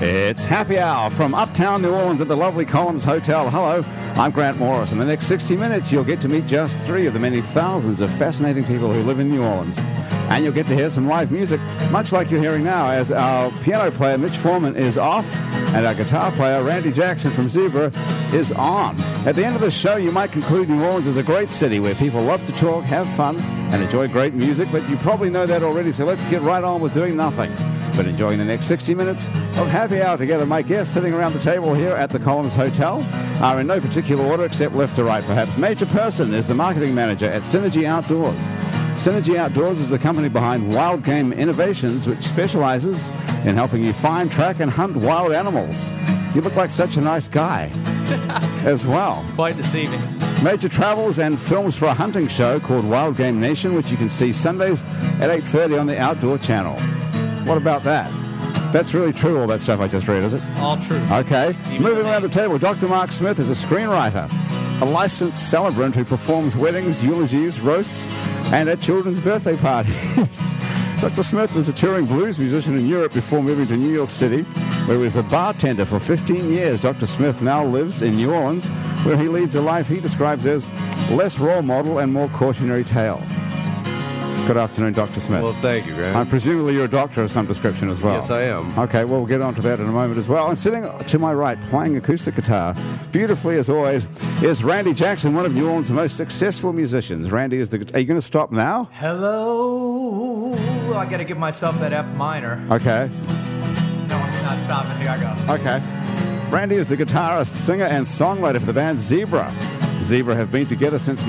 It's happy hour from uptown New Orleans at the lovely Collins Hotel. Hello, I'm Grant Morris. In the next 60 minutes, you'll get to meet just three of the many thousands of fascinating people who live in New Orleans. And you'll get to hear some live music, much like you're hearing now, as our piano player Mitch Foreman is off and our guitar player Randy Jackson from Zebra is on. At the end of the show, you might conclude New Orleans is a great city where people love to talk, have fun, and enjoy great music, but you probably know that already, so let's get right on with doing nothing but enjoying the next 60 minutes of happy hour together. My guests sitting around the table here at the Collins Hotel are in no particular order except left to right, perhaps. Major Person is the marketing manager at Synergy Outdoors. Synergy Outdoors is the company behind Wild Game Innovations, which specializes in helping you find, track, and hunt wild animals. You look like such a nice guy as well. Quite deceiving. Major travels and films for a hunting show called Wild Game Nation, which you can see Sundays at 8.30 on the Outdoor Channel. What about that? That's really true, all that stuff I just read, is it? All true. Okay. Even Moving the around the table, Dr. Mark Smith is a screenwriter, a licensed celebrant who performs weddings, eulogies, roasts, and at children's birthday parties. Dr. Smith was a touring blues musician in Europe before moving to New York City, where he was a bartender for 15 years. Dr. Smith now lives in New Orleans, where he leads a life he describes as less role model and more cautionary tale. Good afternoon, Dr. Smith. Well, thank you, Grant. And presumably you're a doctor of some description as well. Yes, I am. Okay, well, we'll get on to that in a moment as well. And sitting to my right, playing acoustic guitar, beautifully as always, is Randy Jackson, one of New Orleans' most successful musicians. Randy is the. Are you going to stop now? Hello. I gotta give myself that F minor. Okay, No, it's not stopping. Here I go. okay. Randy is the guitarist, singer, and songwriter for the band Zebra. Zebra have been together since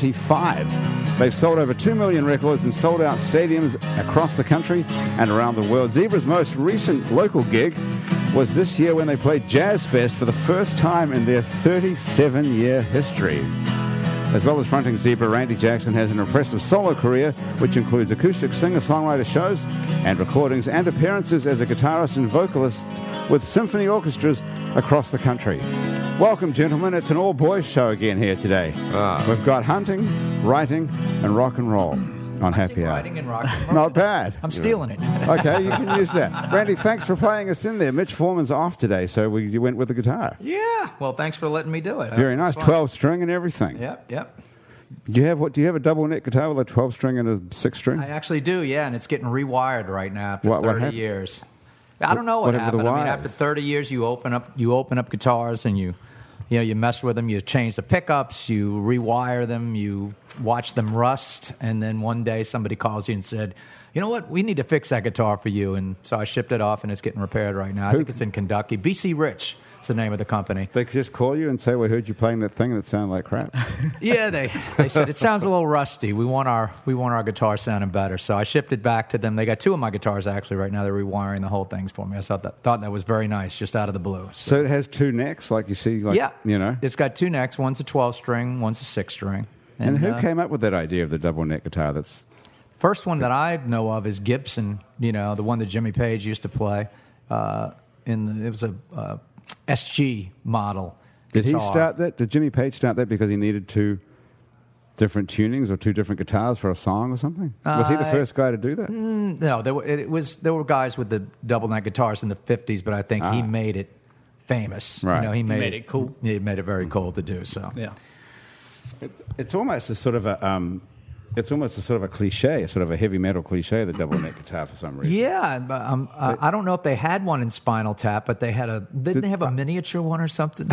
1975. They've sold over 2 million records and sold out stadiums across the country and around the world. Zebra's most recent local gig was this year when they played Jazz Fest for the first time in their 37 year history. As well as fronting Zebra, Randy Jackson has an impressive solo career, which includes acoustic singer-songwriter shows and recordings and appearances as a guitarist and vocalist with symphony orchestras across the country. Welcome, gentlemen. It's an all-boys show again here today. Ah. We've got hunting, writing, and rock and roll on Happy Hour. Writing and rock. Not bad. I'm stealing it. Okay, you can use that. Randy, thanks for playing us in there. Mitch Foreman's off today, so we you went with the guitar. Yeah. Well, thanks for letting me do it. Very nice, It's fun. twelve string and everything. Yep. Yep. Do you have what? Do you have a double neck guitar with a twelve string and a six string? I actually do. Yeah, and it's getting rewired right now after What- what 30 hap- years. I don't know what, what happened happened. to the I mean, after wires? 30 years, you open up you open up guitars and you you know you mess with them. You change the pickups. You rewire them. You watch them rust, and then one day somebody calls you and said. You know what? We need to fix that guitar for you, and so I shipped it off, and it's getting repaired right now. I think it's in Kentucky. BC Rich is the name of the company. They could just call you and say, "We heard you playing that thing, and it sounded like crap." Yeah, they, they said it sounds a little rusty. We want our we want our guitar sounding better. So I shipped it back to them. They got two of my guitars actually right now. They're rewiring the whole things for me. I thought that thought that was very nice, just out of the blue. So, so it has two necks, like you see, like yeah, you know. it's got two necks. One's a twelve string. One's a six string. and who uh, came up with that idea of the double neck guitar? That's First one that I know of is Gibson. You know, the one that Jimmy Page used to play. Uh, in the, it was a uh, SG model. did he guitar. start that? Did Jimmy Page start that because he needed two different tunings or two different guitars for a song or something? Was he the Uh, first guy to do that? No, there were, it was there were guys with the double neck guitars in the fifties, but I think he made it famous. Ah. Right. Hmm. You know, he made, made it cool. Yeah, he made it very cool to do. So Yeah. It's almost a sort of a. Um, it's almost a sort of a cliche, sort of a heavy metal cliche, the double neck guitar for some reason. yeah, but, um, I, I don't know if they had one in Spinal Tap, but they had a didn't they have a miniature one or something?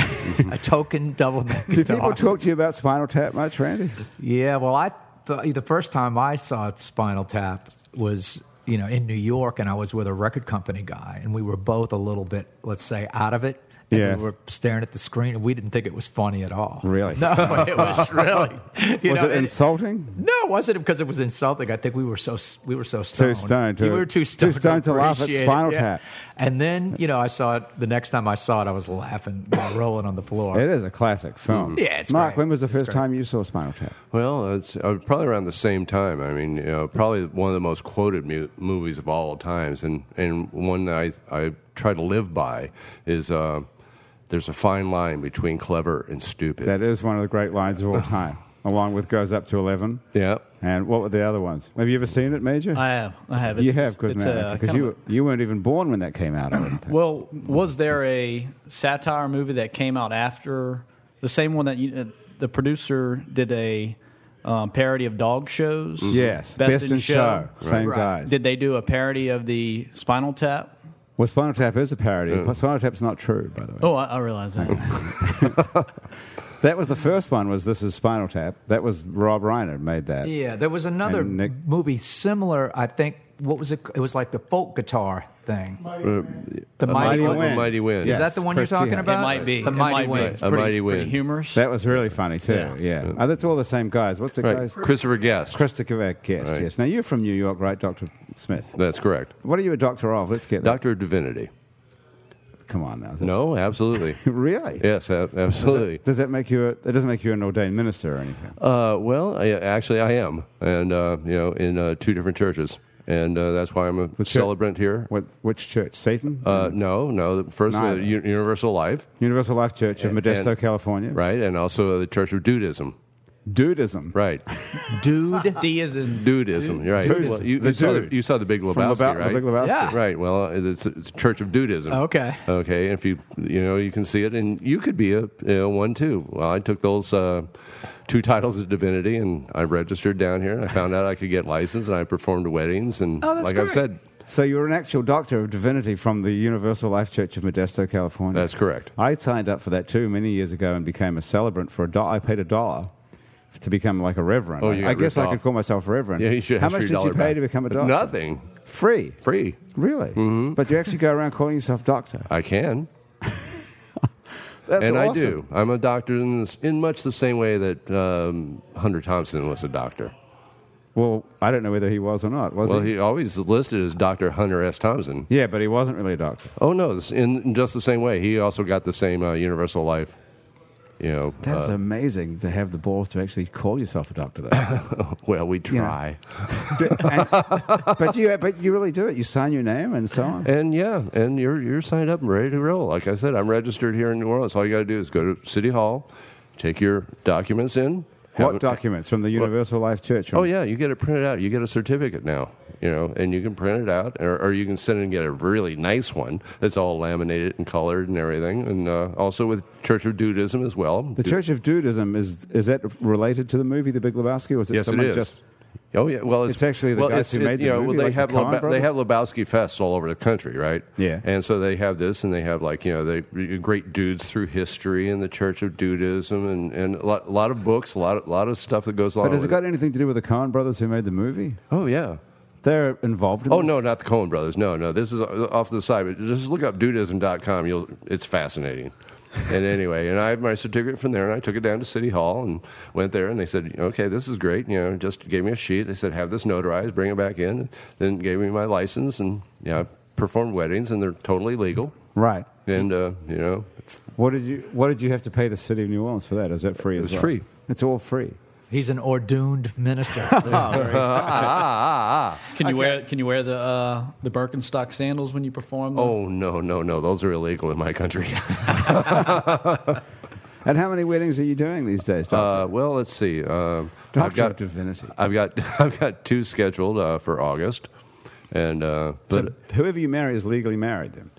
a token double neck Do guitar. people talk to you about Spinal Tap much, Randy? Yeah, well, I th- the first time I saw Spinal Tap was you know in New York, and I was with a record company guy, and we were both a little bit, let's say, out of it. And Yes. we were staring at the screen, and we didn't think it was funny at all. Really? No, it was really. you Was know, it and- insulting? no, it wasn't because it was insulting. I think we were so s- we were so Too stoned. stoned to- we were too too stoned. stoned to laugh at appreciate it, Spinal yeah. Tap. And then you know, I saw it the next time I saw it, I was laughing, rolling on the floor. It is a classic film. Yeah, it's Mark, great. when was the It's first great. time you saw Spinal Tap? Well, it's uh, probably around the same time. I mean, you know, probably one of the most quoted mu- movies of all times, and and one that I I try to live by is. Uh, there's a fine line between clever and stupid. That is one of the great lines of all time. along with Goes Up to 11. Yeah. And what were the other ones? Have you ever seen it, Major? I have. I have. you have, good it's uh, man. a Because kind of you, you weren't even born when that came out, I wouldn't think. Well, was there a satire movie that came out after the same one that you, uh, the producer did a um, parody of dog shows? Mm-hmm. yes. Best, in, show. Same Right. guys. Did they do a parody of the Spinal Tap? well, Spinal Tap is a parody. but Spinal Tap's not true, by the way. Oh, I, I realize that. That was the first one. Was this is Spinal Tap? That was Rob Reiner made that. Yeah, there was another And Nick- movie similar. I think what was it? It was like the folk guitar thing. Uh, the Mighty mighty, Wind. wind. A Mighty Wind. Is Yes, that the one Chris you're talking Kehan. about? It might be. the It mighty might be. wind. A Pretty- Mighty Pretty Wind. humorous. That was really funny too. Yeah. Yeah. Oh, that's all the same guys. What's the Right. guys? Christopher Guest. Christopher Guest. Right. Yes. Now you're from New York, right, Doctor Smith? That's correct. What are you a doctor of? Let's get that. Doctor of Divinity. Come on now. That's- No, absolutely. Really? yes, a- absolutely. Does that make you? A, that doesn't make you an ordained minister or anything. Uh, well, I, actually, I am, and uh, you know, in uh, two different churches, and uh, that's why I'm a celebrant here. What? Which church? Satan? Uh, no, no, the first uh, Neither. U- Universal Life, Universal Life Church of Modesto, and- California. right, and also the Church of Dudism, Dudism. right? Dude, D is in. Dudism, right? Dudism. Well, you, The you saw the, dude. you saw the Big Lebowski, From Leba- right? the Big Lebowski. Yeah. Right. Well, it's, it's Church of Dudism. Okay. Okay. If you you know you can see it, and you could be a you know, one too. Well, I took those uh, two titles of divinity, and I registered down here, and I found out I could get licensed, and I performed weddings, and Oh, that's like I've great. said, So you're an actual doctor of divinity from the Universal Life Church of Modesto, California. That's correct. I signed up for that too many years ago and became a celebrant for a dollar. I paid a dollar to become like a reverend. Oh, you got I guess ripped I could off. call myself reverend. yeah, you should. How have much your did you dollar pay back. to become a doctor? Nothing. Free. Free. Really? Mm-hmm. But you actually go around calling yourself doctor. I can. That's and awesome. I do. I'm a doctor in, this, in much the same way that um, Hunter Thompson was a doctor. Well, I don't know whether he was or not. Was Well, he? he always is listed as Dr. Hunter S. Thompson. Yeah, but he wasn't really a doctor. Oh no, it's in in just the same way. He also got the same uh, universal life. You know, That's uh, amazing to have the balls to actually call yourself a doctor, though. uh, well, we try, but, and- but you, but you really do it. You sign your name and so on. and yeah, and you're you're signed up and ready to roll. Like I said, I'm registered here in New Orleans. All you got to do is go to City Hall, take your documents in. have What it- documents from the Universal Life Church? Oh yeah, you get it printed out. You get a certificate now, you know, and you can print it out, or, or you can send and get a really nice one that's all laminated and colored and everything, and uh, also with Church of Dudism as well. The Church of Dudism is is that related to the movie The Big Lebowski? Or is it Yes, it someone is. Just, Oh yeah, well, it's, It's actually the well, guys who made the you know, movie, Well, they like the have Coen Leba- they brothers? have Lebowski fests all over the country, right? Yeah. and so they have this, and they have like you know they great dudes through history and the Church of Dudism, and, and a lot, lot of books, a lot of, lot of stuff that goes along. but has it with got anything to do with the Coen brothers who made the movie? Oh yeah. They're involved. in Oh this? no, not the Cohen brothers. No, no, this is uh, off the side. But just look up dudism.com. You'll, it's fascinating. and anyway, and I have my certificate from there, and I took it down to City Hall and went there, and they said, "Okay, this is great." You know, just gave me a sheet. They said, "Have this notarized, bring it back in." Then gave me my license, and you know, I performed weddings, and they're totally legal. Right. And uh, you know, What did you What did you have to pay the city of New Orleans for that? Is that free? It was free. It's all free. He's an ordained minister. Oh. oh, Can you wear? Can you wear the uh, the Birkenstock sandals when you perform? though? oh no, no, no, those are illegal in my country. And how many weddings are you doing these days? Doctor? Uh, well, let's see. Um, Doctor I've got of Divinity. I've got I've got two scheduled uh, for August, and uh, but so whoever you marry is legally married then.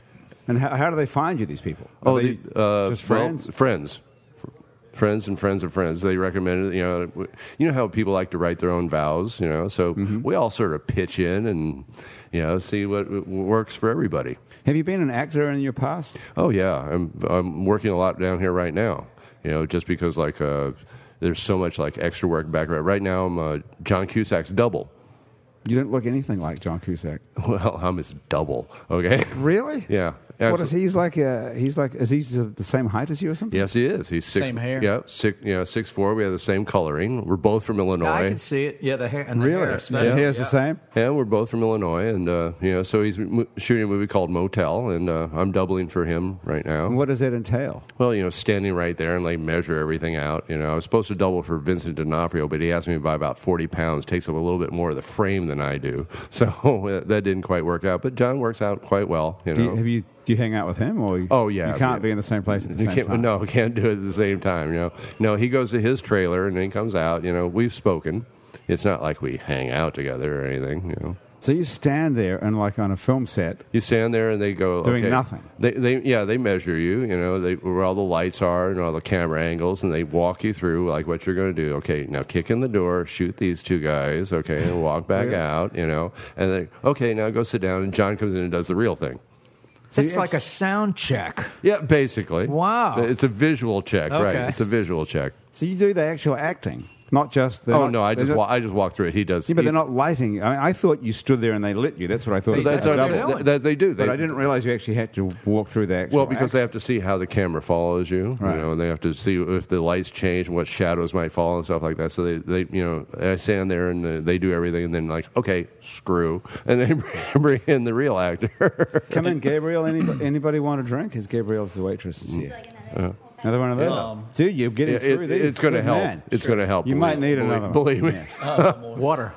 And how, how do they find you? These people? Are oh, they the, uh, just well, friends. friends, friends, and friends of friends. They recommended you know w- you know how people like to write their own vows, you know. So Mm-hmm. we all sort of pitch in and you know see what w- works for everybody. have you been an actor in your past? Oh yeah, I'm I'm working a lot down here right now. You know, just because like uh, there's so much like extra work back right right now. I'm uh, John Cusack's double. You don't look anything like John Cusack. Well, I'm his double. Okay. Really? Yeah. What is he? He's like uh, he's like is he the same height as you or something? Yes, he is. He's six. Same hair. Yeah, six. Yeah, six four. We have the same coloring. We're both from Illinois. I can see it. Yeah, the hair and the Really? hair The especially. hair's the same. Yeah, we're both from Illinois, and uh, you know, so he's mo- shooting a movie called Motel, and uh, I'm doubling for him right now. What does that entail? Well, you know, standing right there and like measure everything out. You know, I was supposed to double for Vincent D'Onofrio, but he asked me by about forty pounds. Takes up a little bit more of the uh, frame than I do, so that didn't quite work out. But John works out quite well. You know, Do you, have you Do you hang out with him, or you, Oh, yeah. you can't be in the same place at the You same can't, time? No, we can't do it at the same time. You know, no, he goes to his trailer and then he comes out. You know, we've spoken. It's not like we hang out together or anything. You know, So you stand there and like on a film set. you stand there and they go Doing okay. nothing. They, they, yeah, they measure you. You know, they, where all the lights are and all the camera angles, and they walk you through like what you're going to do. Okay, now kick in the door, shoot these two guys. Okay, and walk back out. You know, and then okay, now go sit down. And John comes in and does the real thing. It's like a sound check. Yeah, basically. Wow. It's a visual check, right? Okay. It's a visual check. So you do the actual acting, not just the. Oh not- no, I they're just not- wa- I just walked through it. He does. Yeah, but he- they're not lighting. I mean, I thought you stood there and they lit you. That's what I thought. But that's It was what I'm double. saying. That, that they do. They, But I didn't realize you actually had to walk through the actual. Well, because act. they have to see how the camera follows you, Right. you know, and they have to see if the lights change, what shadows might fall, and stuff like that. So they, they you know, I stand there and uh, they do everything, and then like, okay, screw, and they bring in the real actor. come in, Gabriel. Anybody, anybody want a drink? Is Gabriel's the waitress? Is here. Like another Another one of those, Um, dude. You're getting It- through it- these. it's going to Good help. man. It's going to help. You might need Believe- another. Believe one. me. Yeah. Water.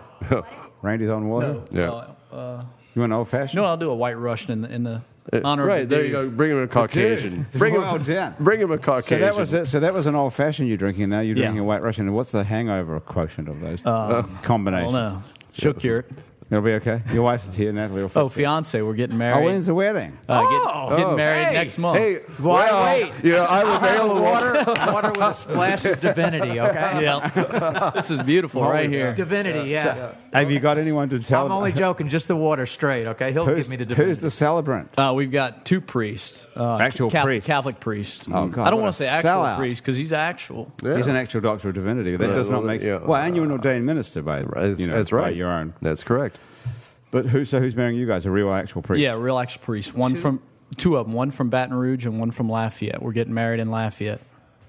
Randy's on water. Yeah. Uh, uh, You want an old you fashioned? know, what? I'll do a white Russian in the in the honor. Uh, right of the there, you dude. go. Bring him a Caucasian. dude. Bring him. Well done. Bring him a So Caucasian. that was it. So that was an old fashioned you're drinking. Now you're Yeah. Uh, drinking a White Russian. And What's the hangover quotient of those I don't combinations? know. Shook your It'll be okay. Your wife's here, Natalie. will fix oh it. fiance. We're getting Oh, married. when's the wedding? Uh, get- Oh! getting Oh. married Hey! next month. Hey, Why well, wait? You know, I'm Available available. water, water with a splash of divinity. Okay, Yeah, this is beautiful right here. divinity. Yeah, Have you got anyone to tell? I'm only joking. Just the water straight. Okay, he'll who's, give me the divinity. who's the celebrant? Uh, we've got two priests, uh, Actual Catholic, priests. Catholic priest. Oh, God, I don't what want a to say actual sellout. priest because he's actual. Yeah. He's an actual doctor of divinity. That Yeah, does not well, make yeah. well, and you're an ordained minister by Right, you know, that's right. By your own, That's correct. but who? So who's marrying you guys? A real actual priest? Yeah, real actual priest. One from two of them. One from Baton Rouge and one from Lafayette. We're getting married in Lafayette.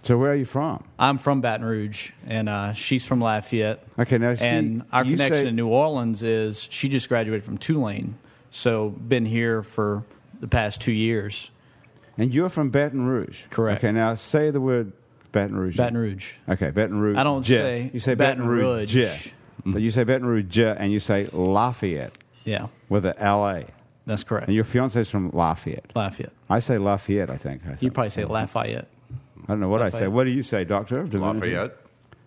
So where are you from? I'm from Baton Rouge and uh, she's from Lafayette. Okay, now see, and our you connection say- in New Orleans is she just graduated from Tulane, so been here for the past two years. And you're from Baton Rouge. Correct. Okay, now say the word Baton Rouge. Baton Rouge. Okay, Baton Rouge. I don't J. say you say Baton Baton, Rouge. Rouge. J. But you say Baton Rouge J, and you say Lafayette Yeah, with a L A. that's correct. And your fiance's from Lafayette. Lafayette. I say Lafayette. I think. I You think. probably say Lafayette. I don't know what I say. Lafayette. What do you say, Doctor? of Divinity? Lafayette.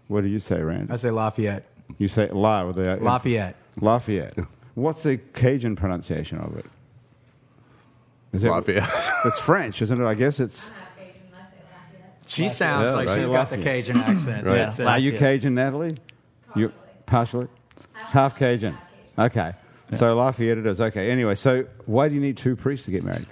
What do you say, Rand? I say Lafayette. You say La with the Lafayette. Lafayette. What's the Cajun pronunciation of it? Is it Lafayette. It's French, isn't it? I guess it's. half Asian, I say Lafayette. She sounds Yeah, like right. she's got the Lafayette. Cajun accent. Right. That's it. Are Lafayette. you Cajun, Natalie? You partially, half Cajun. Okay, so Lafayette it is. Okay. Anyway, so why do you need two priests to get married?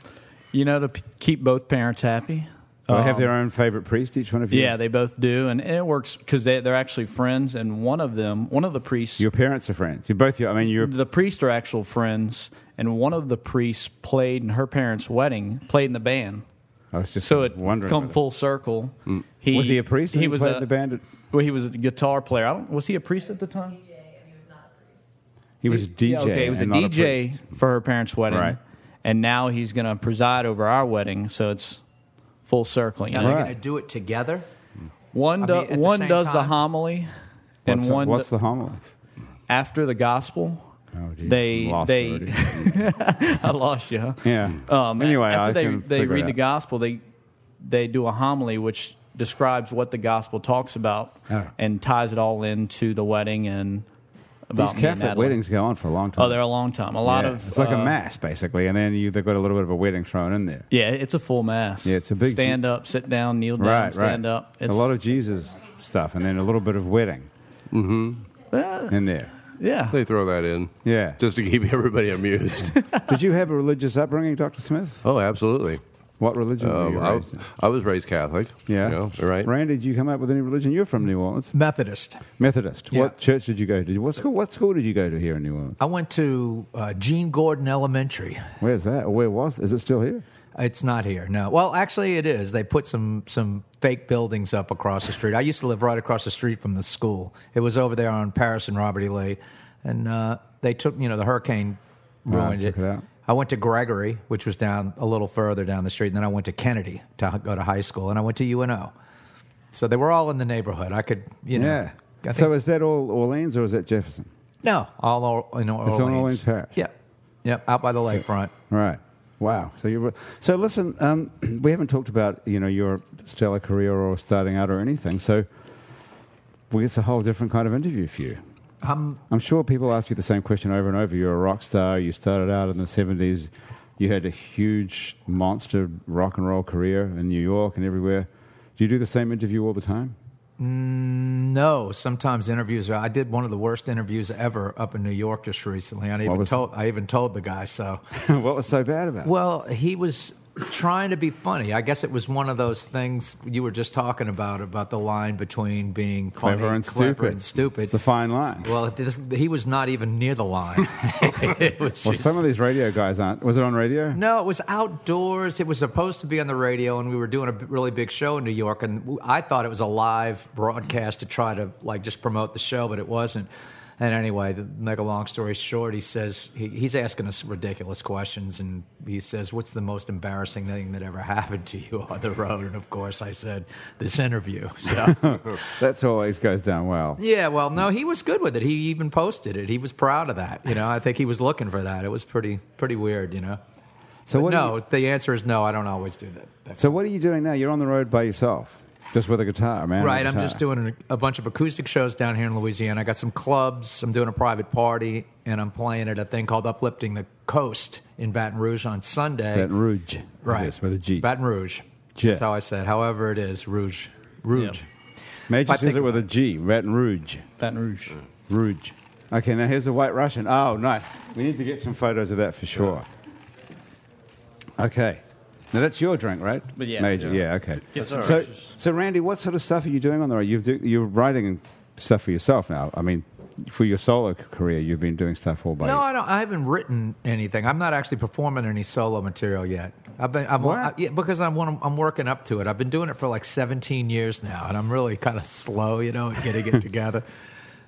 You know, to p- keep both parents happy. Do they Oh, have Um, their own favorite priest. Each one of you. Yeah, they both do, and, and it works because they, they're actually friends. And one of them, one of the priests, Your parents are friends. You both. I mean, you're. the priests are actual friends, and one of the priests played in her parents' wedding, played in the band. I was just So it wondering. come whether- full circle. was he a priest? He who was played a, the band. At, Well, he was a guitar player. I don't, was he a priest at the time? he was a DJ. Yeah, okay, he was a and not a DJ priest. for her parents' wedding, Right. and now he's going to preside over our wedding. So it's full circle. You Now know? they're Right. gonna do it together. One I do, mean, at the one same does the time- homily, and What's, one the, what's the homily? after the gospel. dear. they Oh, Lost it they already. I lost you. Huh? yeah. Um, anyway, after I they can they figure it read the out. gospel, they they do a homily which describes what the gospel talks about Oh. and ties it all into the wedding and about These me and Catholic Madeline. weddings go on for a long time. Oh, they're a long time. A lot Yeah, of it's like uh, a mass basically, and then you they've got a little bit of a wedding thrown in there. Yeah, it's a full mass. Yeah, it's a big- stand up, sit down, kneel down, right, stand right. up. a lot of Jesus stuff, and then a little bit of wedding in there. yeah. They throw that in. Yeah. Just to keep everybody amused. Did you have a religious upbringing, Doctor Smith? oh, absolutely. What religion were Um, you I, raised in? I was raised Catholic. Oh, Yeah, You know, right? Randy, did you come up with any religion? You're from New Orleans, Methodist. Methodist. Yeah. What church did you go to? Did you- What school? What school did you go to here in New Orleans? I went to uh, Gene Gordon Elementary. Where's that? Where was? Is it still here? It's not here. No. Well, actually, it is. They put some some fake buildings up across the street. I used to live right across the street from the school. It was over there on Paris and Robert E. Lee, and uh, they took you know the hurricane ruined took it out. I went to Gregory, which was down a little further down the street, and then I went to Kennedy to h- go to high school, and I went to UNO. So they were all in the neighborhood. I could, you know. Yeah. I So think- is that all Orleans or is that Jefferson? no, all or, in Orleans. Orleans Parish. Yep, yep, out by the lakefront. Right. Wow. So you so listen. Um, we haven't talked about you know your stellar career or starting out or anything. So well, it's a whole different kind of interview for you. Um, I'm sure people ask you the same question over and over. You're a rock star. You started out in the 70s. You had a huge monster rock and roll career in New York and everywhere. Do you do the same interview all the time? No, sometimes interviews are. I did one of the worst interviews ever up in New York just recently. I even was- told I even told the guy so. what was so bad about it? Well, he was trying to be funny. I guess it was one of those things you were just talking about about the line between being funny, Clever and clever stupid. and stupid. It's a fine line. well, this, he was not even near the line. It was Well, just- some of these radio guys aren't. Was it on radio? no, it was outdoors. It was supposed to be on the radio, and we were doing a b- really big show in New York. And w- I thought it was a live broadcast to try to like just promote the show, but it wasn't. And anyway, to make a long story short, he says he, he's asking us ridiculous questions, and he says, "What's the most embarrassing thing that ever happened to you on the road?" And of course, I said, "This interview." So. That's always goes down well. Yeah, well, no, he was good with it. He even posted it. He was proud of that. You know, I think he was looking for that. It was pretty, pretty weird. You know. So But what do no, you- the answer is no. I don't always do that. That's So what are you doing now? You're on the road by yourself, just with a guitar, man. right. a I'm guitar. just doing an- a bunch of acoustic shows down here in Louisiana. I got some clubs. I'm doing a private party, and I'm playing at a thing called Uplifting the Coast in Baton Rouge on Sunday. Baton Rouge. right. Yes, with a G. Baton Rouge. J. That's how I said. However, it is Rouge. Rouge. Major I says think it with a G. Baton Rouge. Baton Rouge. Rouge. Okay, now here's the White Russian. Oh, nice. We need to get some photos of that for sure. Okay. Now that's your drink, right? But yeah. Major. Yeah. Yeah. okay. Yeah, that's so, all right. so Randy, what sort of stuff are you doing on the road? You've do, you're writing stuff for yourself now. I mean, for your solo career, you've been doing stuff all by. No, your- I don't. I haven't written anything. I'm not actually performing any solo material yet. I've been, I'm, What? I, yeah, because I'm, one- I'm working up to it. I've been doing it for like 17 years now, and I'm really kind of slow, you know, at getting it together.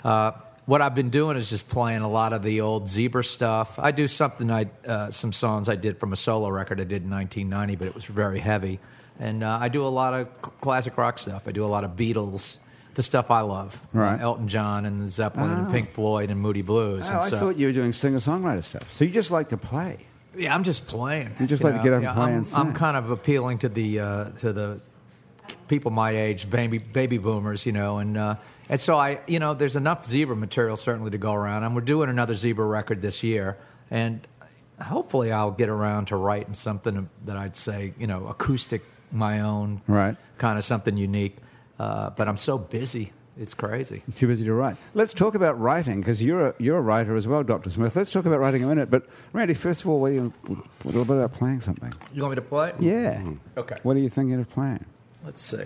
Uh, what I've been doing is just playing a lot of the old Zebra stuff. I do something I, uh, some songs I did from a solo record I did in 1990, but it was very heavy. And uh, I do a lot of cl- classic rock stuff. I do a lot of Beatles, the stuff I love, Right. Elton John and Zeppelin and Oh. Pink Floyd and Moody Blues. Oh, and I so- thought you were doing singer-songwriter stuff. So you just like to play. yeah, I'm just playing. You just like to get up and play I'm, and sing. I'm kind of appealing to the uh, to the people my age, baby baby boomers, you know, and uh, and so I, you know, there's enough zebra material certainly to go around, and we're doing another zebra record this year, and hopefully I'll get around to writing something that I'd say, you know, acoustic, my own, Right. kind of something unique. Uh, but I'm so busy, it's crazy. Too busy to write. Let's talk about writing because you're a, you're a writer as well, Doctor Smith. Let's talk about writing in a minute. But Randy, first of all, what are you, a little bit about playing something. You want me to play? Yeah. Okay. What are you thinking of playing? Let's see.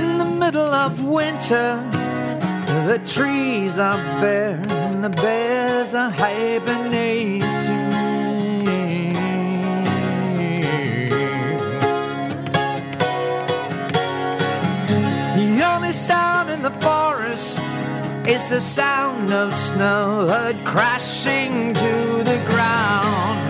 In the middle of winter. The trees are bare and the bears are hibernating. The only sound in the forest is the sound of snow crashing to the ground.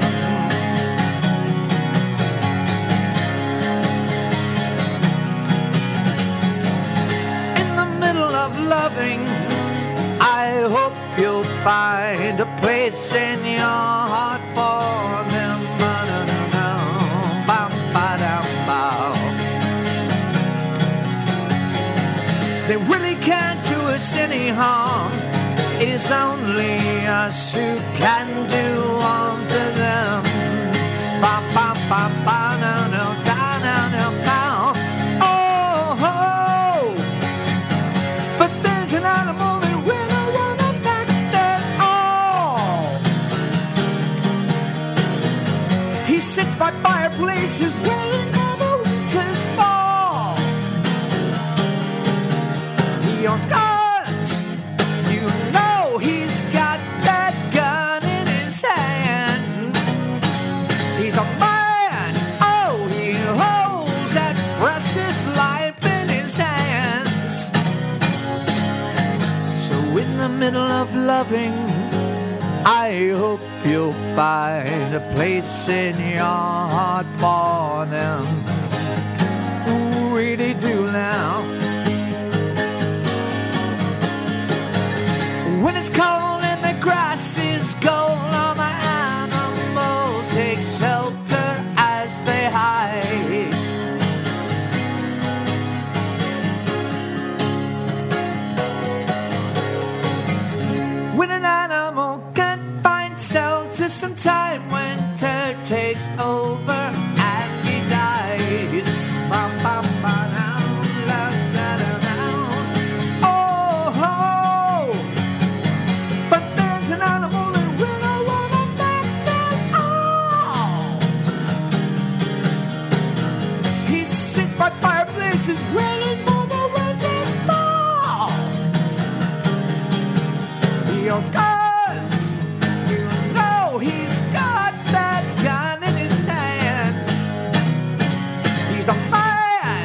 in the middle of loving. I hope you'll find a place in your heart for them. Ba-da-da-da, bam-ba-dam-bow. They really can't do us any harm. It is only us who can do harm to them. Ba ba ba ba no no da no no pow. Oh ho! But there's an animal that will not want to back at all. He sits by fireplaces waiting for the winter's fall. He owns guns. You know he's got that gun in his hand. He's a man. Oh, he holds that precious life in his hands. of loving. I hope you'll find a place in your heart for them. Really do now. When it's cold and the grass is gold, all the animals take shelter as they hide. When an animal can find shelter, sometime winter takes over and he dies. Ba, ba, ba, da, da, da, da, da. Oh, but there's an animal that we don't wanna let at Oh. all. He sits by fireplaces waiting for the winter's fall. He owns guns. You know he's got that gun in his hand. He's a man.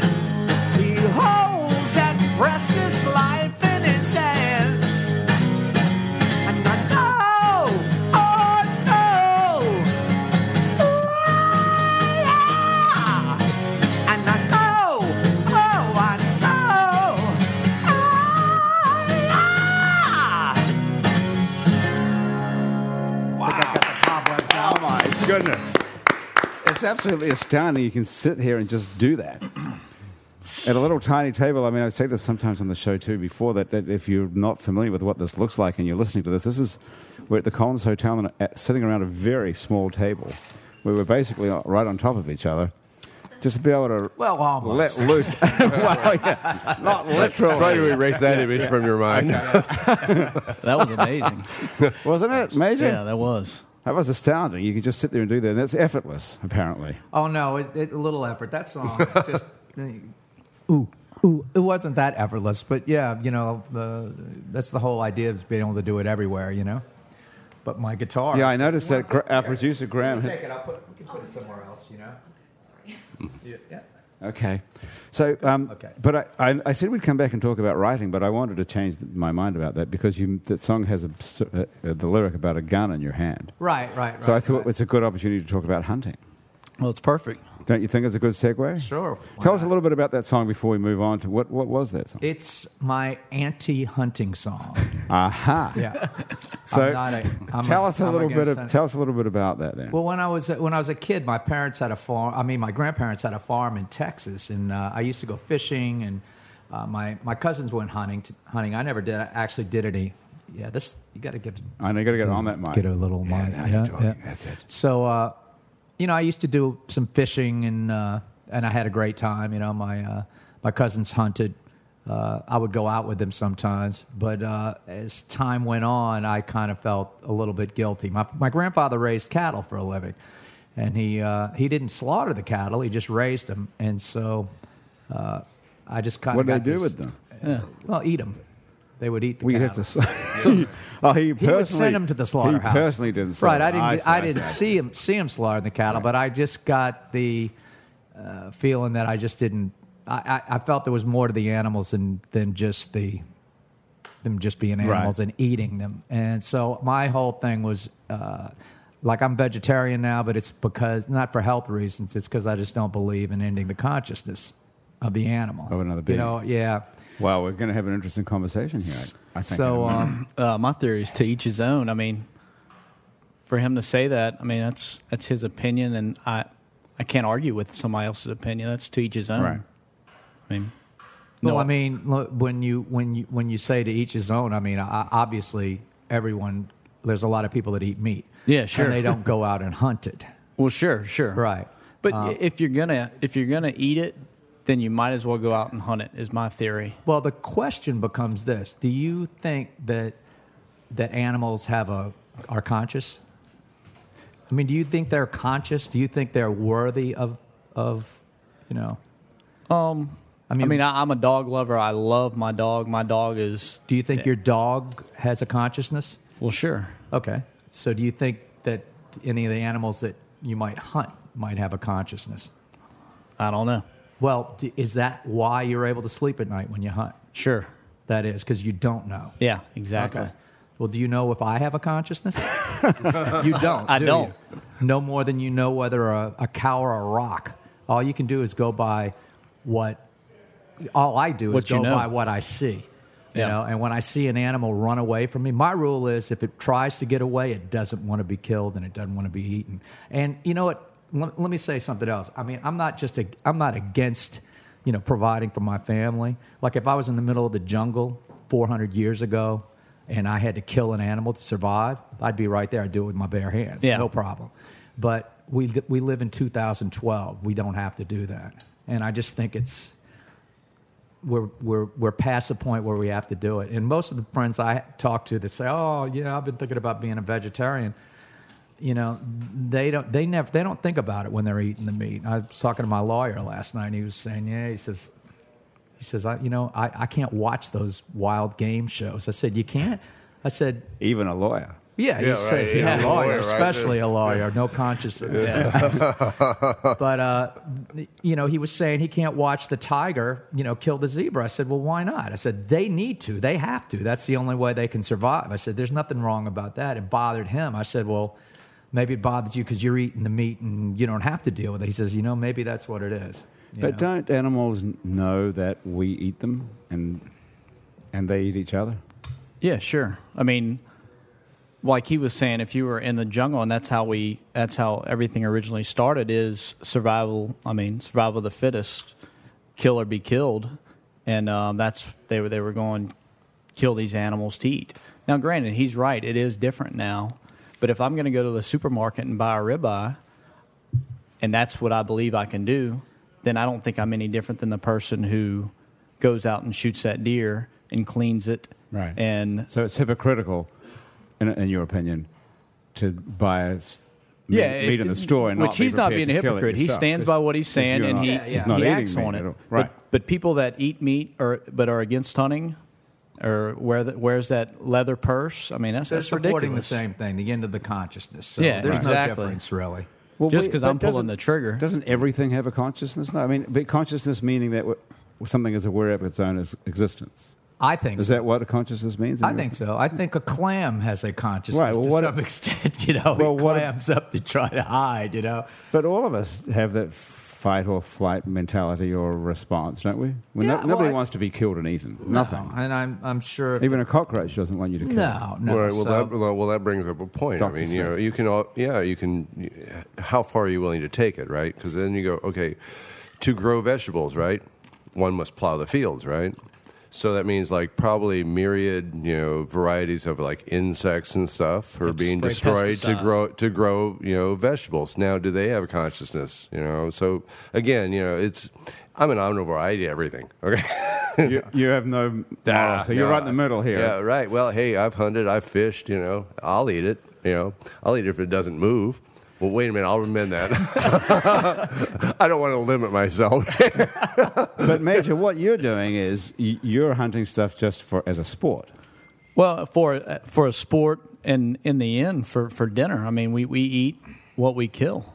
He holds that precious life in his hands. And I know, oh no, oh, yeah. And I know, oh, I know, oh, Ah, yeah. Wow. I got the cobwebs out. Oh my goodness. It's absolutely astounding you can sit here and just do that. At a little tiny table, I mean, I say this sometimes on the show too before that, that if you're not familiar with what this looks like and you're listening to this, this is, we're at the Collins Hotel and uh, sitting around a very small table where we're basically right on top of each other. Just to be able to Well, oh, almost. let loose. well, yeah, not literally. Try to erase that image from your mind. That was amazing. Wasn't it amazing? yeah, that was. That was astounding. You could just sit there and do that, and that's effortless, apparently. Oh no, it, it, a little effort. That song just uh, ooh ooh. It wasn't that effortless, but yeah, you know, uh, that's the whole idea of being able to do it everywhere, you know. But my guitar. Yeah, I noticed that Gra- our producer Graham. Take Had, it. I'll put, we can put it somewhere else, you know. Yeah. yeah. okay, so um, Okay. but I, I, I said we'd come back and talk about writing, but I wanted to change th- my mind about that because you, that song has a, s- uh, uh, the lyric about a gun in your hand. Right, right, right. So I thought right. it's a good opportunity to talk about hunting. Well, it's perfect. Don't you think it's a good segue? Sure, why Tell us a not? little bit about that song before we move on to what, what was that song? it's my anti-hunting song. Aha! Yeah. So I'm not a- I'm tell a- us a I'm little bit. against Of, hunting. tell us a little bit about that then. Well, when I was when I was a kid, my parents had a farm. I mean, my grandparents had a farm in Texas, and uh, I used to go fishing, and uh, my my cousins went hunting. To, hunting, I never did. I actually did any. Yeah, this you got to get I know you got to get on that mic. get a little mic. now you're talking. That's it. So, uh, you know, I used to do some fishing, and uh, and I had a great time. You know, my uh, my cousins hunted. Uh, I would go out with them sometimes, but uh, as time went on, I kind of felt a little bit guilty. My my grandfather raised cattle for a living, and he uh, he didn't slaughter the cattle; he just raised them. And so, uh, I just kind What of do they got do this- with them? Yeah. Well, eat them. They would eat the We cattle. have to. oh, he He personally would send him to the slaughterhouse. He personally didn't. Right, slaughter I them. didn't. I, see, didn't see. see him see him slaughtering the cattle, but I just got the uh, feeling that I just didn't. I, I, I felt there was more to the animals than than just the them just being animals and eating them. And so my whole thing was uh, like I'm vegetarian now, but it's because not for health reasons. It's because I just don't believe in ending the consciousness of the animal Of another You being. know, yeah. Wow, we're going to have an interesting conversation here. I I think. so. Um, Uh, my theory is to each his own. I mean, for him to say that, I mean that's that's his opinion, and I I can't argue with somebody else's opinion. That's to each his own. Right. I mean, Well, No. I mean, look, when you when you when you say to each his own, I mean, I, obviously everyone. There's a lot of people that eat meat. Yeah, sure. And they don't go out and hunt it. well, sure, sure, Right. But if you're gonna if you're gonna eat it, then you might as well go out and hunt it. Is my theory. Well, the question becomes this: Do you think that that animals have a are conscious? I mean, do you think they're conscious? Do you think they're worthy of of you know? Um, I I mean- mean, I mean, I, am a dog lover. I love my dog. My dog is Do you think your dog has a consciousness? well, sure. Okay. So, do you think that any of the animals that you might hunt might have a consciousness? I don't know. Well, d- is that why you're able to sleep at night when you hunt? Sure. That is because you don't know. Yeah. Exactly. Well, do you know if I have a consciousness? you don't. I do don't. you? No more than you know whether a, a cow or a rock. All you can do is go by what. All I do is What you go know. by what I see. You Yeah. know, and when I see an animal run away from me, my rule is if it tries to get away, it doesn't want to be killed and it doesn't want to be eaten. And you know what? Let, let me say something else. I mean, I'm not just a, I'm not against, you know, providing for my family. Like if I was in the middle of the jungle 400 years ago and I had to kill an animal to survive, I'd be right there. I'd do it with my bare hands. Yeah. No problem. But we li- we live in 2012. We don't have to do that. And I just think it's we're we're we're past the point where we have to do it. And most of the friends I talk to that say, "Oh, you know, I've been thinking about being a vegetarian." You know, they don't they never they don't think about it when they're eating the meat. I was talking to my lawyer last night. and He was saying, "Yeah," he says. He says, I, you know, I, I can't watch those wild game shows. I said, you can't? I said, uh, Even a lawyer. yeah, you Yeah, said right, you're yeah, a a lawyer, lawyer, right especially a lawyer, no consciousness. but uh, you know, he was saying he can't watch the tiger, you know, kill the zebra. I said, well, why not? I said they need to, they have to. That's the only way they can survive. I said, there's nothing wrong about that. It bothered him. I said, well, maybe it bothers you because you're eating the meat and you don't have to deal with it. He says, you know, maybe that's what it is. you But know? don't animals n- know that we eat them and and they eat each other? Yeah, sure. I mean, like he was saying, if you were in the jungle, and that's how we, that's how everything originally started is survival. I mean, survival of the fittest, kill or be killed, and um, that's they were they were going kill these animals to eat. Now, granted, he's right; it is different now. But if I'm going to go to the supermarket and buy a ribeye, and that's what I believe I can do, then I don't think I'm any different than the person who goes out and shoots that deer and cleans it Right. and So it's hypocritical, in, in your opinion, to buy a s- meat, yeah, meat if- in the store and which not be he's not prepared being to a kill it hypocrite. He yourself. stands If- by what he's if saying, you're and not- he, he's yeah. not he eating acts meat on at it. all. But- Right. But, people that eat meat or but are against hunting, or where the, where's that leather purse? I mean, that's, they're that's supporting the ridiculous. same thing, the end of the consciousness. So Yeah, there's no exactly. difference really. Well, Just wait, 'cause but I'm pulling doesn't- the trigger. Doesn't everything have a consciousness? No, I mean, but consciousness meaning that we're- something is aware of its own ex- existence. I think Is that what a consciousness means? in I your- think so. I think a clam has a consciousness Right, well, to what- some extent. You know, Well, it what- clams up to try to hide. You know, But all of us have that fight or flight mentality or response, don't we? Well, Yeah, no- well, nobody I- wants to be killed and eaten. Nothing. No, and I'm I'm sure. Even a cockroach doesn't want you to kill. it. no, no. All right, well, so- that, well, well, that brings up a point. Dr. I mean, you know, Smith. you can, all, yeah, you can. How far are you willing to take it, right? Because then you go, okay, to grow vegetables, right? One must plow the fields, right? So that means like probably myriad, you know, varieties of like insects and stuff are being spray destroyed to pesticide. grow to grow, you know, vegetables. Now, do they have a consciousness? You know, so again, you know, it's. I'm an omnivore. I eat everything. Okay. You, you have no. Ah, morals. so you're no, right in the middle here. Yeah, right. Well, hey, I've hunted, I've fished, you know, I'll eat it, you know, I'll eat it if it doesn't move. Well, wait a minute, I'll amend that. I don't want to limit myself. But Major, what you're doing is y- you're hunting stuff just for as a sport. Well, for uh, for a sport, and in the end, for for dinner. I mean, we we eat what we kill.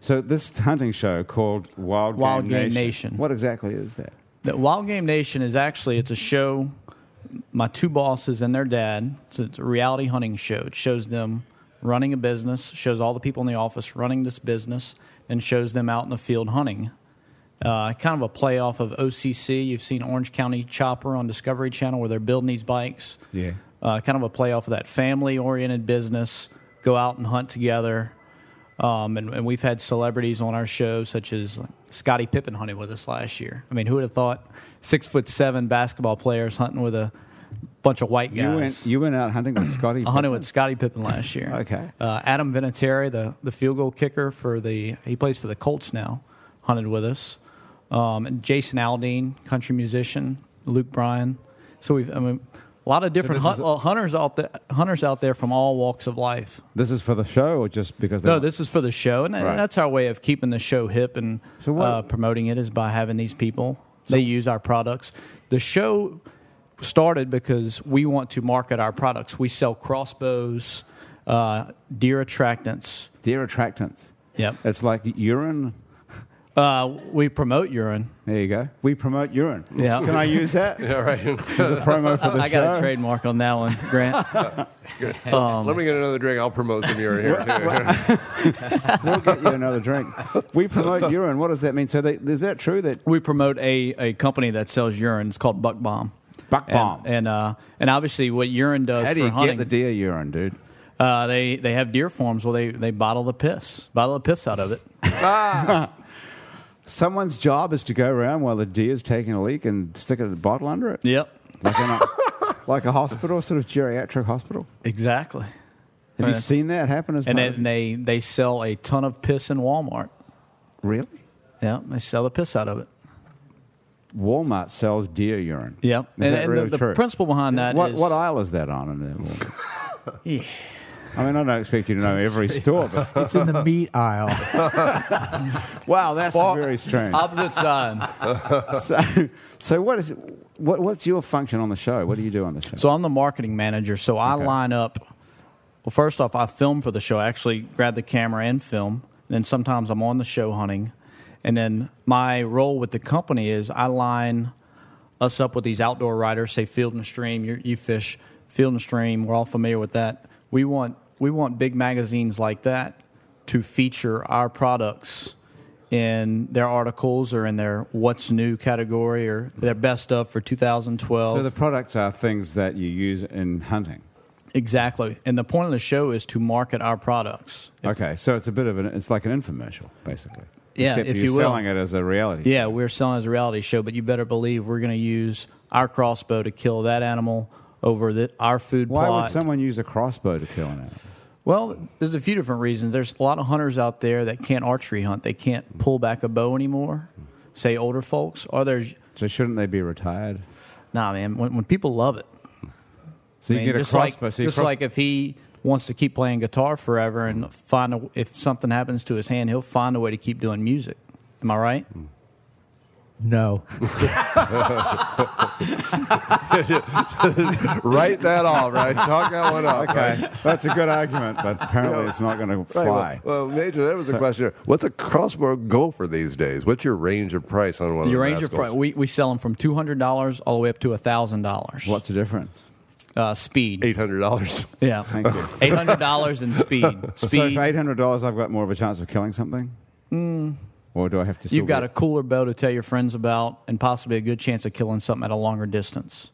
So this hunting show called Wild, Wild Game, Game Nation, Nation. What exactly is that? The Wild Game Nation is actually it's a show. My two bosses and their dad. It's a, it's a reality hunting show. It shows them running a business, shows all the people in the office running this business, and shows them out in the field hunting. Uh, kind of a playoff of OCC. You've seen Orange County Chopper on Discovery Channel where they're building these bikes. Yeah. Uh, kind of a playoff of that family oriented business. Go out and hunt together. Um, and, and we've had celebrities on our show, such as like, Scottie Pippen hunted with us last year. I mean, who would have thought six foot seven basketball players hunting with a bunch of white guys? You went you went out hunting with Scotty. I hunted Pippen? with Scottie Pippen last year. Okay. Uh, Adam Vinatieri, the, the field goal kicker for the he plays for the Colts now, hunted with us. Um, and Jason Aldean, country musician, Luke Bryan. So we've I mean a lot of different this hunt, hunters out there, hunters out there from all walks of life. This is for the show or just because? they No, want- this is for the show, and that- Right. that's our way of keeping the show hip and So what- uh, promoting it is by having these people. they use our products. The show started because we want to market our products. We sell crossbows, uh, deer attractants. deer attractants. Yep. It's like urine. Uh, we promote urine. There you go. We promote urine. Yeah. Can I use that? All right. As a promo for the I show. got a trademark on that one, Grant. Let me get another drink. I'll promote some urine here. too. We'll get you another drink. We promote urine. What does that mean? So they, is that true that we promote a, a company that sells urine. It's called Buck Bomb. Buck And- Bomb. And uh, and obviously what urine does how do for you hunting, get the deer urine, dude? uh, they they have deer farms where they, they bottle the piss, bottle the piss out of it. Someone's job is to go around while the deer's taking a leak and stick a bottle under it, yep, like in a, like a hospital, sort of geriatric hospital. exactly. Have you Yes. seen that happen? As And part then of- they they sell a ton of piss in Walmart. really, Yeah, they sell the piss out of it. Walmart sells deer urine. Yep. is and that and really the, the true? principle behind that is what, what aisle is that on? In there? Walmart? I mean, I don't expect you to know every store, but It's in the meat aisle. wow, that's Well, very strange. opposite side. so, so what is what, what's your function on the show? What do you do on the show? So I'm the marketing manager. So I Okay. line up. Well, first off, I film for the show. I actually grab the camera and film. And then sometimes I'm on the show hunting. And then my role with the company is I line us up with these outdoor riders, say Field and Stream. You, you fish Field and Stream. We're all familiar with that. We want we want big magazines like that to feature our products in their articles or in their what's new category or their best of for 2012. So the products are things that you use in hunting. Exactly. And the point of the show is to market our products. Okay, so it's a bit of an it's like an infomercial, basically. Yeah, Except if you're you will. selling it as a reality. Yeah, we're selling as a reality show, but you better believe we're going to use our crossbow to kill that animal over the, our food Why plot. would someone use a crossbow to kill an animal? well, there's a few different reasons. There's a lot of hunters out there that can't archery hunt. They can't pull back a bow anymore, say older folks. Or there's, So shouldn't they be retired? nah, man, when, when people love it. So you I mean, get a just crossbow. Like, so you just cross- like if he wants to keep playing guitar forever and find a, if something happens to his hand, he'll find a way to keep doing music. Am I right? No. Write that off, right? Talk that one up. right? okay, that's a good argument, but apparently it's not going to Right, well- fly. Well, Major, that was a question. What's a crossbow gopher these days? What's your range of price on one of Your the range of price, rascals? we, we sell them from two hundred dollars all the way up to thousand dollars. What's the difference? uh, speed? Eight hundred dollars. Yeah, Thank you. eight hundred dollars in speed. So if Speed. eight hundred dollars, I've got more of a chance of killing something. Or do I have to? still Hmm. You've got be- a cooler bow to tell your friends about, and possibly a good chance of killing something at a longer distance.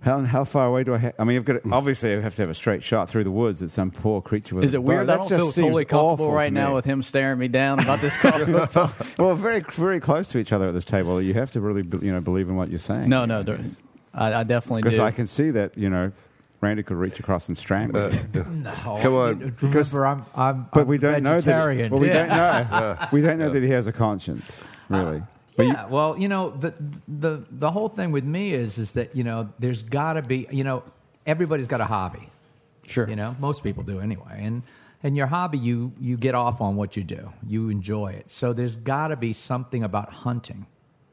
How, how far away do I have? I mean, I've got to, obviously I have to have a straight shot through the woods at some poor creature. With Is a it bow. weird? That I don't just feel seems totally comfortable awful to right now me. with him staring me down about this crossbow. talk. Well, very, very close to each other at this table. You have to really, be- you know, believe in what you're saying. no, no, there- I, I definitely because do. I can see that you know, Randy could reach across and strangle. you. Come on. Remember, I'm, I'm, but I'm we don't know that. vegetarian. Well, we don't know. We don't know that he has a conscience, really. but you- yeah, well, you know, the, the the whole thing with me is is that you know there's got to be you know everybody's got a hobby. Sure. You know, most people do anyway, and and your hobby you you get off on what you do, you enjoy it. So there's got to be something about hunting,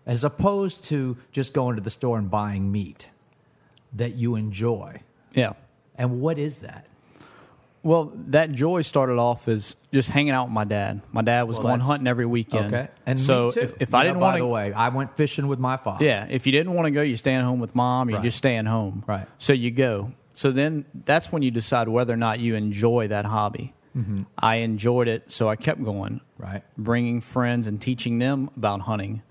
as opposed to just going to the store and buying meat that you enjoy. yeah. And what is that? Well, that joy started off as just hanging out with my dad. My dad was Well, going that's- hunting every weekend. Okay, and so me too. if, if You I know, didn't by want the way, I went fishing with my father. Yeah, if you didn't want to go, you staying home with mom. You're Right. just staying home. Right. So you go. So then that's when you decide whether or not you enjoy that hobby. I enjoyed it, so I kept going. Right. Bringing friends and teaching them about hunting,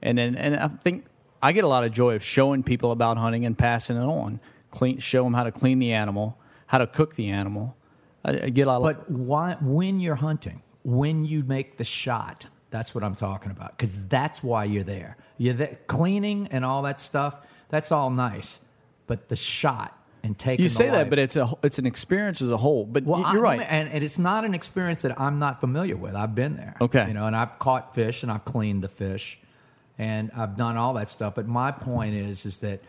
and then and I think I get a lot of joy of showing people about hunting and passing it on. Clean, show them how to clean the animal, how to cook the animal. I, I get a lot. of, But why, when you're hunting, when you make the shot, that's what I'm talking about. Because that's why you're there. You're there, cleaning and all that stuff. That's all nice, but the shot and taking. you the say that, life- but it's a it's an experience as a whole. But well, y- you're I'm- right. and, and it's not an experience that I'm not familiar with. I've been there. Okay. you know, and I've caught fish and I've cleaned the fish, and I've done all that stuff. But my point is, is that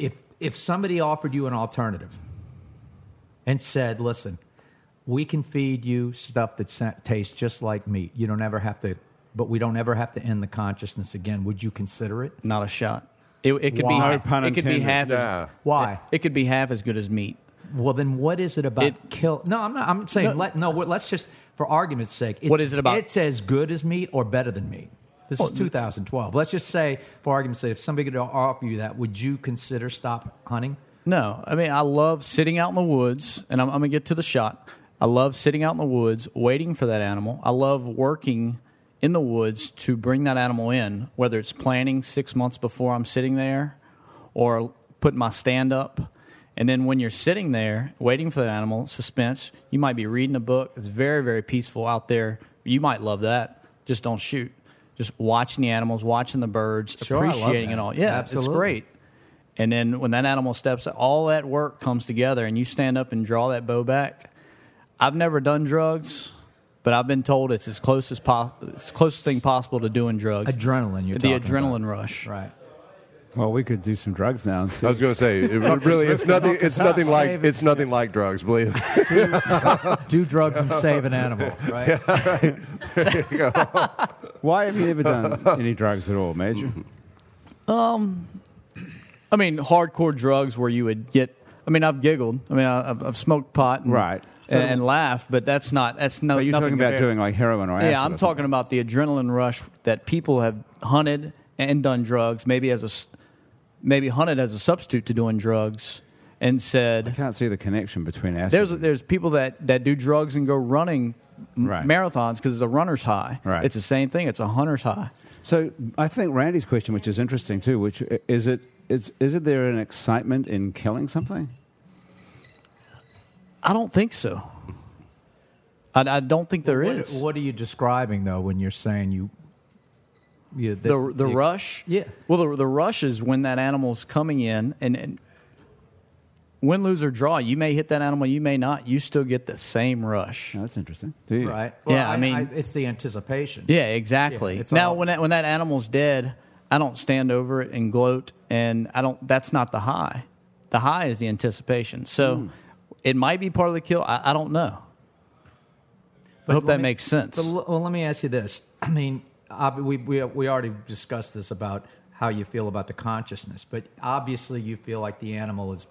if if somebody offered you an alternative and said, "Listen, we can feed you stuff that sa- tastes just like meat. You don't ever have to, but we don't ever have to end the consciousness again." Would you consider it? Not a shot. It, it could Wow. No be pun it could be intended. half Yeah. as Why? It, could be half as good as meat. Well, then what is it about It- kill? No, I'm not. I'm saying No. let no. Let's just for argument's sake. It's, What is it about- Oh, It's as good as meat or better than meat. This is 2012. Let's just say, for argument's sake, if somebody could offer you that, would you consider stop hunting? No, I mean I love sitting out in the woods, and I'm, I'm gonna get to the shot. I love sitting out in the woods waiting for that animal. I love working in the woods to bring that animal in, whether it's planning six months before I'm sitting there, or putting my stand up. And then when you're sitting there waiting for that animal, suspense. You might be reading a book. It's very very peaceful out there. You might love that. Just don't shoot. Just watching the animals, watching the birds, Sure, I love appreciating that. it all. Yeah, Absolutely. it's great. And then when that animal steps, all that work comes together, and you stand up and draw that bow back. I've never done drugs, but I've been told it's as close as pos- it's closest thing possible to doing drugs. Adrenaline, you're the talking adrenaline about. rush. Right. Well, we could do some drugs now. And see. I was going to say, it really, it's nothing. It's nothing like it's nothing like drugs. Believe me. Do drugs and save an animal, right? Why have you never done any drugs at all, Major? I mean, hardcore drugs where you would get. I mean, I've giggled. I mean, I- I've, I've smoked pot, and, Right. and, and laughed, but that's not that's no. Are you nothing talking about compared- doing like heroin or acid? Yeah, I'm or something? talking about the adrenaline rush that people have hunted and done drugs, maybe as a s- maybe hunted as a substitute to doing drugs, and I said can't see the connection between acid. there's and- there's people that that do drugs and go running m- Right. marathons because it's a runner's high. Right. It's the same thing. It's a hunter's high. So I think Randy's question, which is interesting too, which i- is it is is it there an excitement in killing something? I don't think so. I, I don't think there What- is What, are you describing though when you're saying you? you that- the the ex- rush. Yeah. Well, the, the rush is when that animal's coming in, and, and win, lose or draw, you may hit that animal, you may not. You still get the same rush. Oh, that's interesting. Do you? Right. Yeah, I mean- it's the anticipation. Yeah, exactly. Yeah, it's now, all- when that when that animal's dead, I don't stand over it and gloat, and I don't. That's not the high. The high is the anticipation. So Hmm. it might be part of the kill. I, I don't know. I hope let that me- makes sense. But l- well, let me ask you this. I mean, ob- we, we, we already discussed this about how you feel about the consciousness, but obviously you feel like the animal is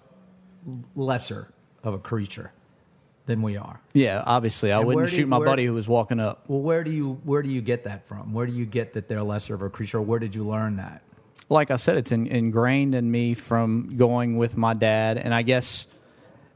l- lesser of a creature than we are. yeah, obviously, I And where wouldn't do shoot you- my where- buddy who was walking up. Well, where do you where do you get that from? Where do you get that they're lesser of a creature? Where did you learn that? like I said, it's in, ingrained in me from going with my dad, and I guess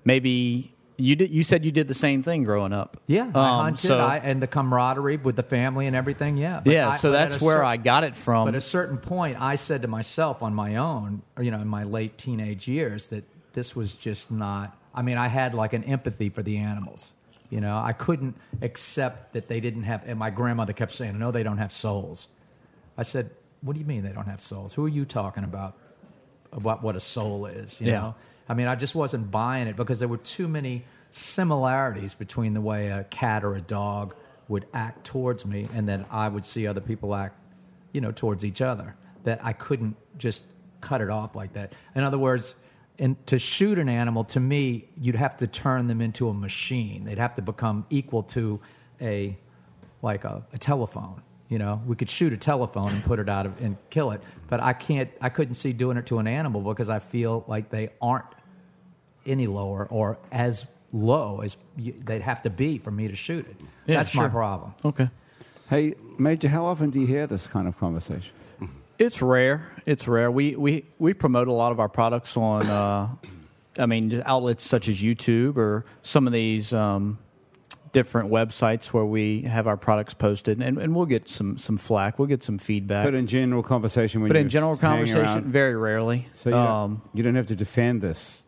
maybe you did. You said you did the same thing growing up. Yeah, I Um, hunted, so I, and the camaraderie with the family and everything. Yeah, But yeah, I- so but at that's a where cer- I got it from. But at a certain point, I said to myself on my own, or, you know, in my late teenage years, that this was just not. I mean, I had like an empathy for the animals. You know, I couldn't accept that they didn't have. And my grandmother kept saying, "No, they don't have souls." I said, "What do you mean they don't have souls? Who are you talking about? About what a soul is? You Yeah. know?" I mean, I just wasn't buying it because there were too many similarities between the way a cat or a dog would act towards me and then I would see other people act, you know, towards each other that I couldn't just cut it off like that. In other words, and to shoot an animal to me, you'd have to turn them into a machine. They'd have to become equal to a like a, a telephone. You know, we could shoot a telephone and put it out of and kill it, but I can't. I couldn't see doing it to an animal because I feel like they aren't any lower or as low as you, they'd have to be for me to shoot it. Yeah, That's my sure. problem. okay, Hey, Major, how often do you hear this kind of conversation? it's rare. It's rare. We we we promote a lot of our products on. Uh, I mean, just outlets such as YouTube or some of these. Um, Different websites where we have our products posted, and, and we'll get some some flack. We'll get some feedback. But in general conversation, when But in you're general hanging conversation, around- very rarely. so you, um, don't, you don't have to defend this.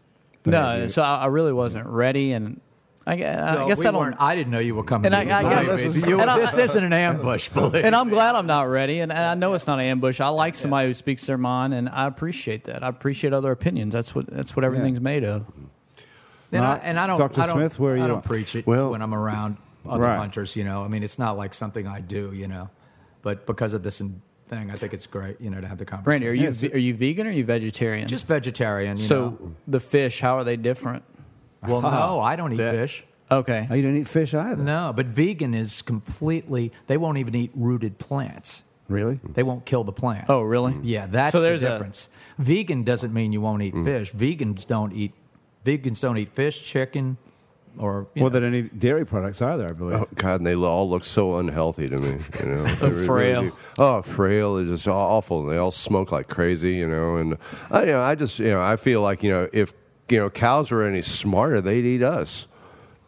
no, behavior. so I, I really wasn't ready, and I, gue- I No, guess we I don't. weren't- I didn't know you were coming. And to I- the I guess- place. this is- You- and I- this isn't an ambush, believe. and me. I'm glad I'm not ready, and, and I know it's not an ambush. I like somebody who speaks their mind, and I appreciate that. I appreciate other opinions. That's what that's what everything's made of. And I, Mark, and I don't, Dr. I don't, Smith, where are I you don't at? preach it Well- when I'm around other Right. hunters, you know. I mean, it's not like something I do, you know. But because of this and- thing, I think it's great, you know, to have the conversation. Brandy, are you ve- are you vegan or are you vegetarian? just vegetarian? You so know? the fish, how are they different? well, no, I don't eat fish. Okay, Oh, you don't eat fish either. No, but vegan is completely. They won't even eat rooted plants. Really? They won't kill the plant. Oh, really? Mm. Yeah, that's So there's the a- difference. Mm. Vegan doesn't mean you won't eat fish. Vegans don't eat. Vegans don't eat fish, chicken, or you Well, know. there any dairy products either, I believe. Oh God, and they all look so unhealthy to me. You know, They really frail. do. oh, frail. It's just awful. They all smoke like crazy. You know, and I, you know, I just, you know, I feel like you know, if you know, cows were any smarter, they'd eat us.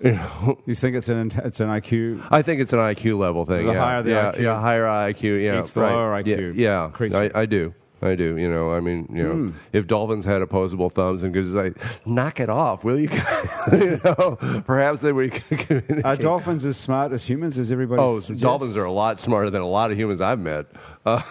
You know, You think it's an int- it's an IQ? I think it's an IQ level thing. The yeah. higher the yeah, IQ. yeah, higher IQ. Yeah, It's the right. lower IQ Yeah, creature. yeah. I, I do. I do, you know. I mean, you know, Hmm. if dolphins had opposable thumbs and could just like knock it off, will you? you know, perhaps they would. Are dolphins as smart as humans? Is everybody? Oh, so dolphins are a lot smarter than a lot of humans I've met. Uh,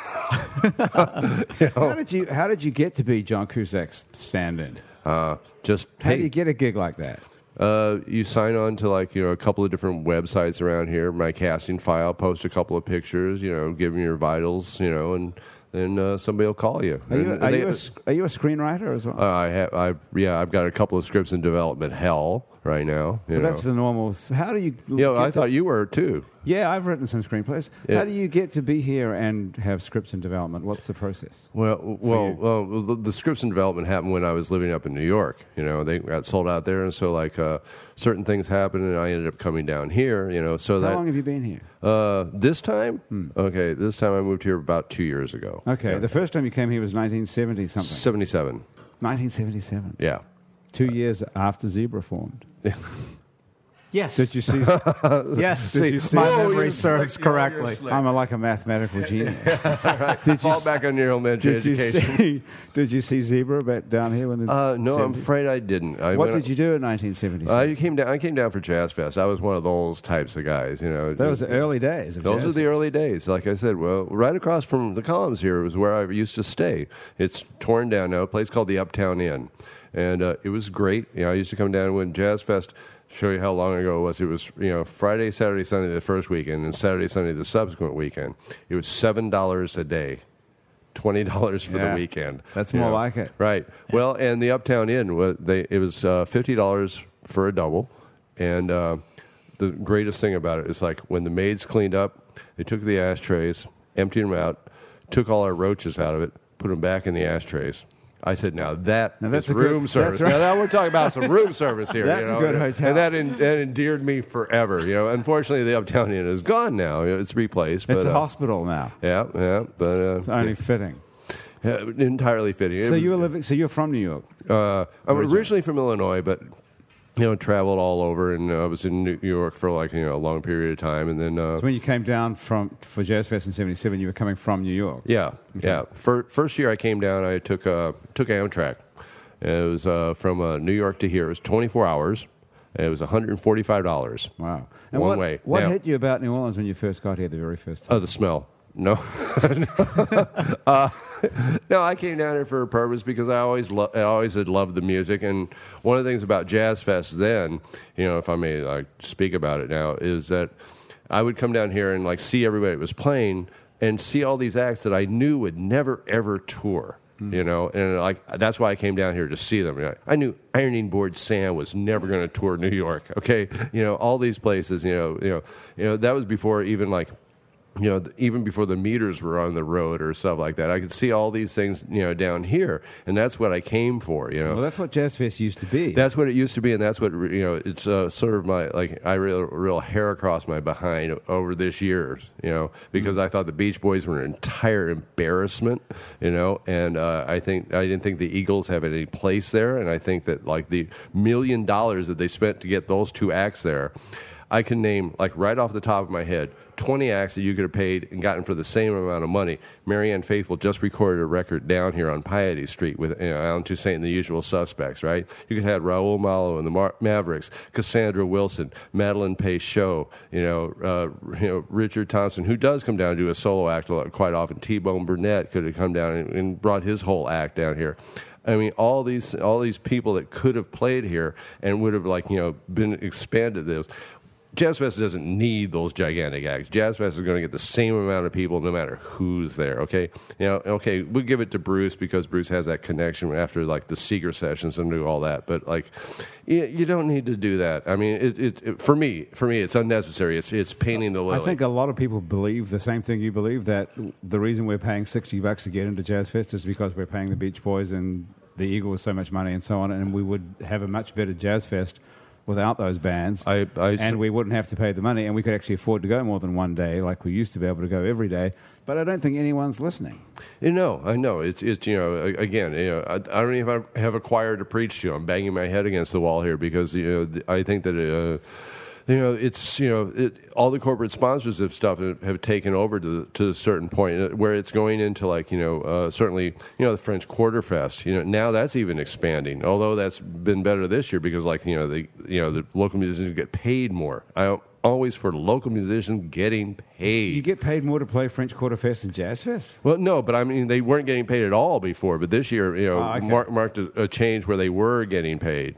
How did you How did you get to be John Cusack's stand-in? uh, just How do hey, you get a gig like that? uh, you sign on to like you know a couple of different websites around here. My casting file, post a couple of pictures, you know, give them your vitals, you know, and then uh, somebody will call you. Are you, And are, they- you a, s- are you a screenwriter as well? uh, I have, I've, yeah, I've got a couple of scripts in development hell right now. But You know, that's the normal. s- How do you? You know, get I to- thought you were too. Yeah, I've written some screenplays. Yeah. How do you get to be here and have scripts in development? What's the process? Well, well, well the, the scripts and development happened when I was living up in New York. You know, they got sold out there, and so like uh, certain things happened, and I ended up coming down here. You know, so How that long have you been here? uh, this time, okay, this time I moved here about two years ago. Hmm. Okay, the first time you came here was 1970 something. seventy-seven. 1977. Yeah, Two years after Zebra formed. yes, Did you see? yes, did you see- my Oh, memory you're serves slick. You're- you're correctly. slick. I'm a, like a mathematical genius. Did you fall s- back on your elementary Did you education. see? Did you see Zebra back down here when the? Uh, no, I'm 70s? afraid I didn't. I What went- did you do in 1977? I came down. I came down for Jazz Fest. I was one of those types of guys. You know, That was the early days. Of Those jazz. are the early days. Like I said, well, right across from the columns here was where I used to stay. It's torn down now, a place called the Uptown Inn. And uh, it was great. You know, I used to come down when Jazz Fest, show you how long ago it was. It was, you know, Friday, Saturday, Sunday the first weekend, and Saturday, Sunday the subsequent weekend. It was $7 a day. Twenty dollars for Yeah. the weekend. That's you more like it. right? Well, and the Uptown Inn was they. It was uh, fifty dollars for a double, and uh, the greatest thing about it is like when the maids cleaned up, they took the ashtrays, emptied them out, took all our roaches out of it, put them back in the ashtrays. I said, now that Now that's is a good- room that's service. right. Now that we're talking about some room service here. That's a you know? good hotel. and that, en- that endeared me forever. You know, unfortunately, the Uptown Inn is gone now. It's replaced. It's but, a uh, hospital now. Yeah, yeah, but uh, It's only fitting. yeah, entirely fitting. It So was- you were living. So you're from New York. uh, I'm originally from Illinois, but you know, traveled all over, and uh, I was in New York for like you know a long period of time, and then uh, So when you came down from for Jazz Fest in '77, you were coming from New York. yeah, yeah. Fir first year I came down, I took uh, took Amtrak. And it was uh, from uh, New York to here. It was 24 hours. And it was 145 dollars. Wow. One what, way. What Now- hit you about New Orleans when you first got here the very first time? Oh, the smell. No, uh, no. I came down here for a purpose because I always, lo- I always had loved the music, and one of the things about Jazz Fest then, you know, if I may like speak about it now, is that I would come down here and like see everybody that was playing and see all these acts that I knew would never ever tour. You know, and like that's why I came down here to see them. You know, I knew Ironing Board Sam was never going to tour New York. Okay, you know all these places. You know, you know, you know that was before even like you know, th- even before the meters were on the road or stuff like that, I could see all these things, you know, down here, and that's what I came for, you know. well, that's what Jazz Fest used to be. that's what it used to be, and that's what re- you know. It's uh, sort of my like I real real hair across my behind o- over this year, you know, because I thought the Beach Boys were an entire embarrassment, you know, and uh, I think I didn't think the Eagles have any place there, and I think that like the million dollars that they spent to get those two acts there, I can name like right off the top of my head 20 acts that you could have paid and gotten for the same amount of money. Marianne Faithful just recorded a record down here on Piety Street with you know, Alan Toussaint and the usual suspects, right? You could have had Raul Malo and the Mar- Mavericks, Cassandra Wilson, Madeline Peychaud, you know, uh, you know, Richard Thompson, who does come down and do a solo act a lot, quite often. T-Bone Burnett could have come down and, and brought his whole act down here. I mean, all these all these people that could have played here and would have like you know been expanded this. Jazz Fest doesn't need those gigantic acts. Jazz Fest is going to get the same amount of people no matter who's there. Okay, you know, okay, we give it to Bruce because Bruce has that connection after like the Seeger sessions and do all that. But like, you, you don't need to do that. I mean, it, it, it for me, for me, it's unnecessary. It's it's painting the lily. I think a lot of people believe the same thing you believe that the reason we're paying 60 bucks to get into Jazz Fest is because we're paying the Beach Boys and the Eagles so much money and so on, and we would have a much better Jazz Fest without those bans. I- I- and we wouldn't have to pay the money, and we could actually afford to go more than one day, like we used to be able to go every day. But I don't think anyone's listening. You know, I know. It's it's you know a- again. You know, I, I don't even have a choir to preach to. I'm banging my head against the wall here because you know th- I think that. Uh, you know, it's you know, it, all the corporate sponsors of stuff have, have taken over to to a certain point uh, where it's going into like you know, uh, certainly you know the French Quarter Fest. You know, now that's even expanding. Although that's been better this year because like you know the you know the local musicians get paid more. I always for local musicians getting paid. You get paid more to play French Quarter Fest and Jazz Fest. Well, no, but I mean they weren't getting paid at all before, but this year, you know, Oh, okay. mark, marked a, a change where they were getting paid,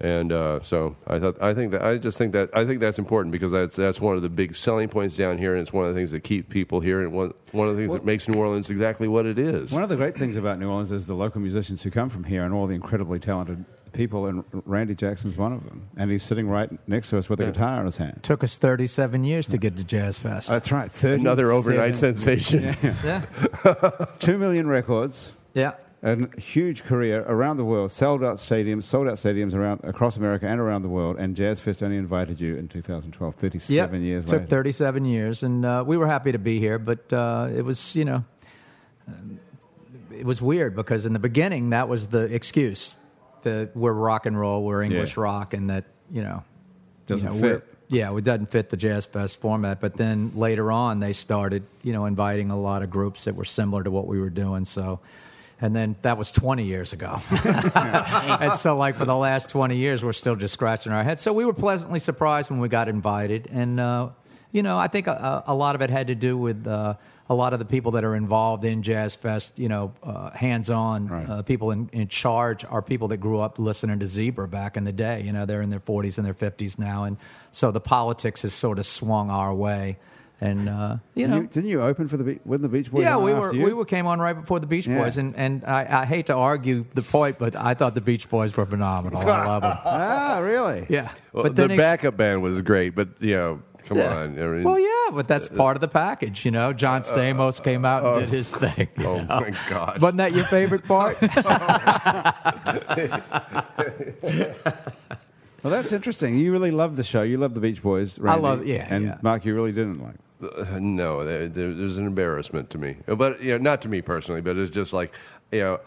and uh, so I thought I think that I just think that I think that's important because that's that's one of the big selling points down here, and it's one of the things that keep people here, and one one of the things that makes New Orleans exactly what it is. One of the great things about New Orleans is the local musicians who come from here and all the incredibly talented people, and Randy Jackson's one of them. And he's sitting right next to us with a guitar in his hand. Took us 37 years to get to Jazz Fest. That's right. 37 Another overnight sensation. yeah. Two million records, Yeah. a huge career around the world, sold out stadiums, sold out stadiums around across America and around the world. And Jazz Fest only invited you in 2012, 37 Yep. years Took later. 37 years, and uh, we were happy to be here, but uh, it was, you know, um, it was weird because in the beginning that was the excuse that we're rock and roll, we're English Yeah. rock, and that you know you Doesn't know, fit. we're- Yeah, it doesn't fit the jazz fest format. But then later on, they started, you know, inviting a lot of groups that were similar to what we were doing. So, and then that was 20 years ago. and so, like for the last 20 years, we're still just scratching our heads. So we were pleasantly surprised when we got invited, and uh, you know, I think a, a lot of it had to do with. Uh, a lot of the people that are involved in Jazz Fest, you know, uh, hands-on Right. uh, people in, in charge are people that grew up listening to Zebra back in the day. You know, they're in their 40s and their 50s now, and so the politics has sort of swung our way. And uh, you Didn't know, you, didn't you open for the Be- with the Beach Boys? yeah, on we after were you? we were came on right before the Beach Yeah. Boys, and and I, I hate to argue the point, but I thought the Beach Boys were phenomenal. I love them. Ah, really? Yeah, Well, but the then it- backup band was great, but you know, come on. I mean, uh, Well, yeah, but that's part of the package, you know. John Stamos came out and did his thing. you Oh know. my God! Wasn't that your favorite part? Well, that's interesting. You really loved the show. You loved the Beach Boys. Randy. love- yeah, And yeah. Mark, you really didn't like. Uh, no, there, there, there's an embarrassment to me, but you know, not to me personally, but it's just like you know.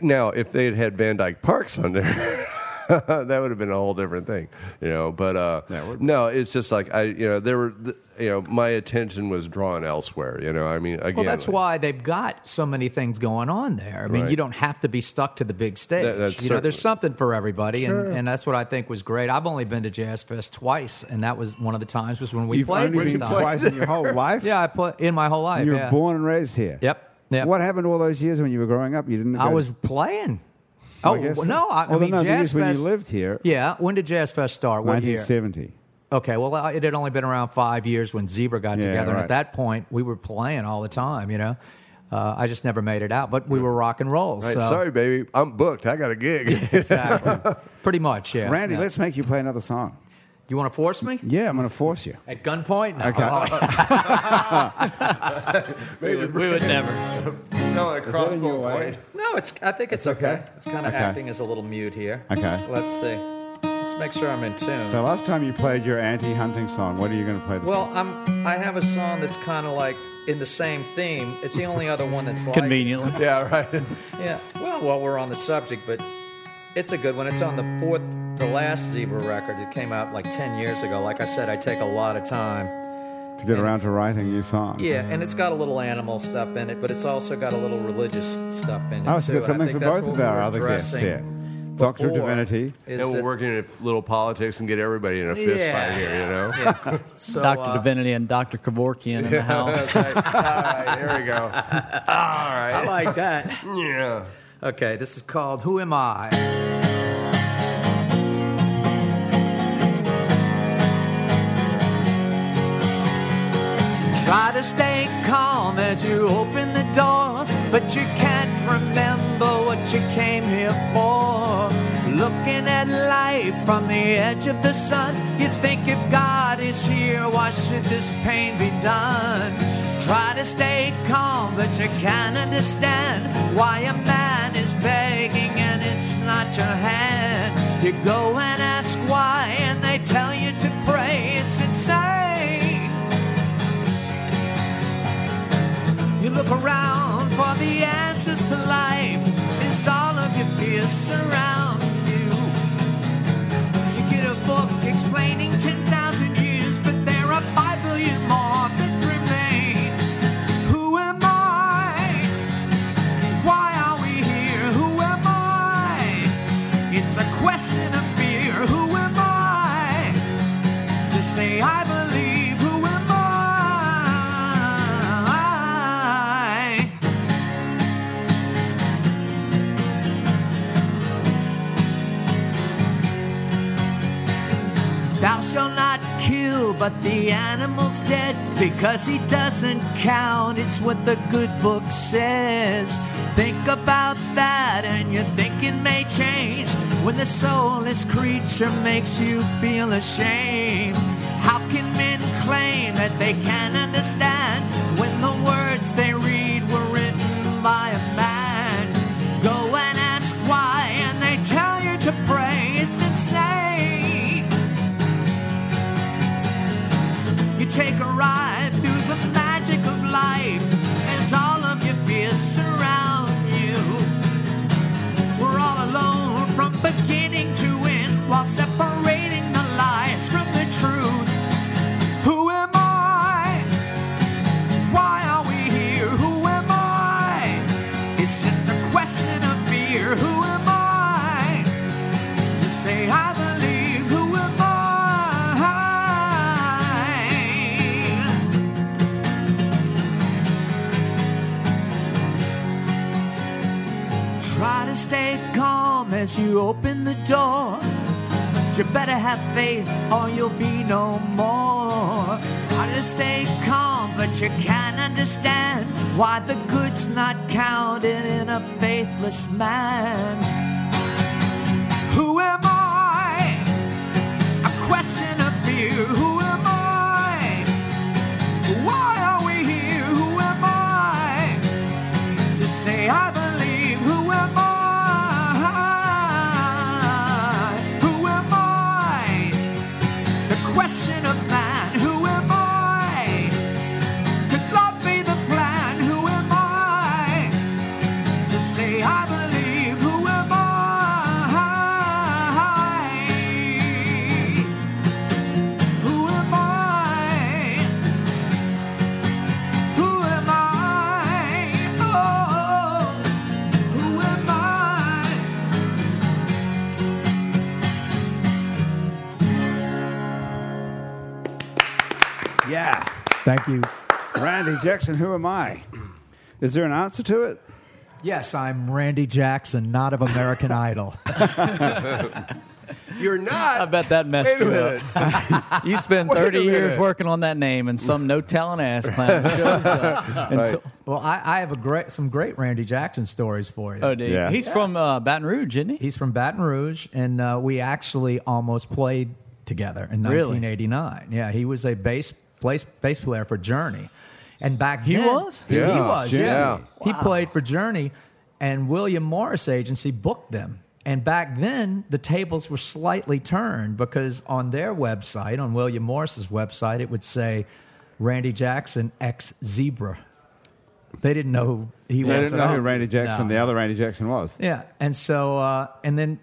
Now, if they had had Van Dyke Parks on there, that would have been a whole different thing, you know. But uh, That would- no, it's just like I, you know, there were, th- you know, my attention was drawn elsewhere. You know, I mean, again, Well, that's why they've got so many things going on there. I mean, Right. you don't have to be stuck to the big stage. That- that's you know, there's certainly- something for everybody, and, and that's what I think was great. I've only been to Jazz Fest twice, and that was one of the times was when we You've played. only with been them. twice in your whole life. Yeah, I play in my whole life. You were yeah. born and raised here. Yep, yep. What happened all those years when you were growing up? You didn't. I go- was playing. Oh guess so. no! I, I Well, mean, no, the Jazz years when you Fest- lived here. Yeah, when did Jazz Fest start? What year? 1970. Okay, well, uh, it had only been around five years when Zebra got Yeah, together. And right. at that point, we were playing all the time, you know. Uh, I just never made it out, but we were rock and roll. Right, so sorry, baby, I'm booked. I got a gig. exactly. Pretty much, yeah. Randy, Yeah. let's make you play another song. You want to force me? Yeah, I'm going to force you. At gunpoint? No. Oh. Okay. We would, we would never. no, that a in your crossbow way? point. No, it's. I think it's okay. It's kind of Okay. acting as a little mute here. Okay. Let's see. Let's make sure I'm in tune. So last time you played your anti-hunting song, what are you going to play this? well, time? I'm. I have a song that's kind of like in the same theme. It's the only other one that's like. Conveniently. Yeah, right. Yeah. Well, while we're on the subject, but it's a good one. It's on the fourth, the last Zebra record. It came out like 10 years ago. Like I said, I take a lot of time. to get around to writing new songs. Yeah, and it's got a little animal stuff in it, but it's also got a little religious stuff in it. Oh, it's too. got And something I think for that's both what of we our were other guests addressing here. Doctor of before, Divinity. is And we're that- working in a little politics and get everybody in a fist Yeah. fight here. You know. yeah. So, Dr. uh, Divinity and Dr. Kevorkian in the house. That's right. All right, here we go. All I right. like that. Yeah. Okay, this is called Who Am I? Try to stay calm as you open the door, but you can't remember what you came here for. Looking at life from the edge of the sun, you think if God is here, why should this pain be done? Try to stay calm, but you can't understand why a man is begging and it's not your hand. You go and ask why, and they tell you to pray. It's insane. You look around for the answers to life. It's all of your fears surround you. You get a book explaining 10,000 years, but there are 5 billion more that remain. Who am I? Why are we here? Who am I? It's a question of fear. Who am I? to say I believe who am I? Thou shalt not kill, but the animal's dead because he doesn't count. It's what the good book says. Think about that, and your thinking may change when the soulless creature makes you feel ashamed. How can men claim that they can understand when the words they read were written by a man? Go and ask why, and they tell you to pray. It's insane. You take a ride through the magic of life as all of your fears surround you. We're all alone from beginning to end while separating the lies from the truth. Who am I? Why are we here? Who am I? It's just a question of fear. Who am I? to say I believe who am I? Try to stay calm as you open the door. You better have faith or you'll be no more. Try to stay calm, but you can't understand why the good's not counted in a faithless man. Who am I? A question of fear. Who am I? Why are we here? Who am I? To say I believe. Who am I? Who am I? The question of man. Who am I? Could love be the plan? Who am I? to say I believe who am I? Who am I? Who am I? Oh, who am I? Yeah. Thank you. Randy Jackson, who am I? Is there an answer to it? Yes, I'm Randy Jackson, not of American Idol. You're not. I bet that messed Wait a you minute. up. You spend Wait a 30 years minute. working on that name, and some no talent ass clown shows up. Until, well, I, I have a great, some great Randy Jackson stories for you. oh, dude. Yeah. He's from uh, Baton Rouge, isn't he? He's from Baton Rouge, and uh, we actually almost played together in Really? 1989. Yeah, he was a bass bass, bass player for Journey, and back he then was? he, he Yeah, was Journey. yeah, Yeah. he played for Journey, and William Morris Agency booked them. And back then, the tables were slightly turned because on their website, on William Morris's website, it would say Randy Jackson ex Zebra. They didn't know who he was. I didn't at know who all. Randy Jackson, No. the other Randy Jackson, was. Yeah, and so uh, and then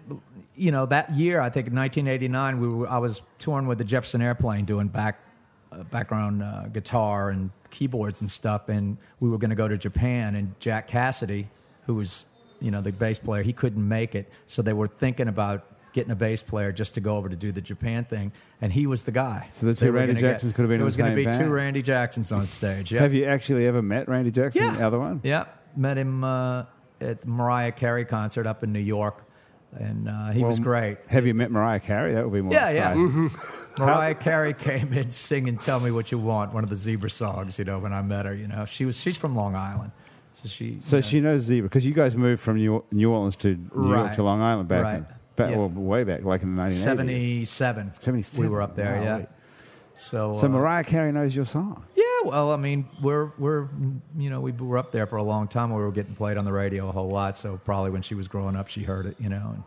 you know that year, I think in 1989, we were I was touring with the Jefferson Airplane doing back uh, background uh, guitar and keyboards and stuff, and we were going to go to Japan, and Jack Cassidy, who was you know the bass player, he couldn't make it, so they were thinking about getting a bass player just to go over to do the Japan thing, and he was the guy. So the They two were Randy gonna get- Jacksons could have been There in was the gonna same be two band. Randy Jacksons on stage. Yeah. Have you actually ever met Randy Jackson, the other one? Yeah, met him uh, at Mariah Carey concert up in New York, and uh, he was Well, great. Um, Have you met Mariah Carey? That would be more Yeah, Mm-hmm. yeah. exciting. Mariah Carey came in singing "Tell Me What You Want," one of the Zebra songs. You know, when I met her, you know, she was she's from Long Island, so she. So you know, she knows Zebra because you guys moved from New, New Orleans to New York Right. to Long Island back, Right. in, back Yeah. well, way back, like in the 1980s. 77. 77, We were up there, wow. yeah. So, So uh, Mariah Carey knows your song. Yeah, well, I mean, we're we're you know we were up there for a long time. We were getting played on the radio a whole lot, so probably when she was growing up, she heard it, you know. And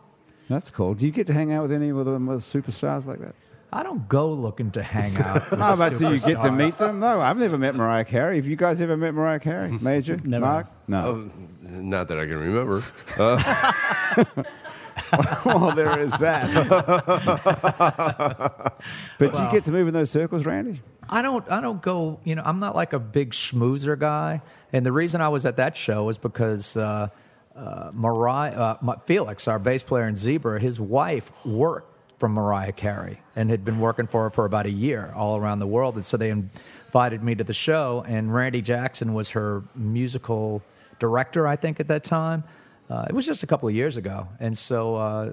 That's cool. Do you get to hang out with any of the superstars like that? I don't go looking to hang out. with How about do you get to superstars. meet them? No, I've never met Mariah Carey. Have you guys ever met Mariah Carey? Major? Never. Mark? Oh, No. Not that I can remember. well, there is that. but do you get to move in those circles, Randy? I don't I don't go you know I'm not like a big schmoozer guy and the reason I was at that show is because uh, uh, Mariah uh, my, Felix our bass player in Zebra his wife worked from Mariah Carey and had been working for her for about a year all around the world and so they invited me to the show and Randy Jackson was her musical director I think at that time uh, it was just a couple of years ago and so uh,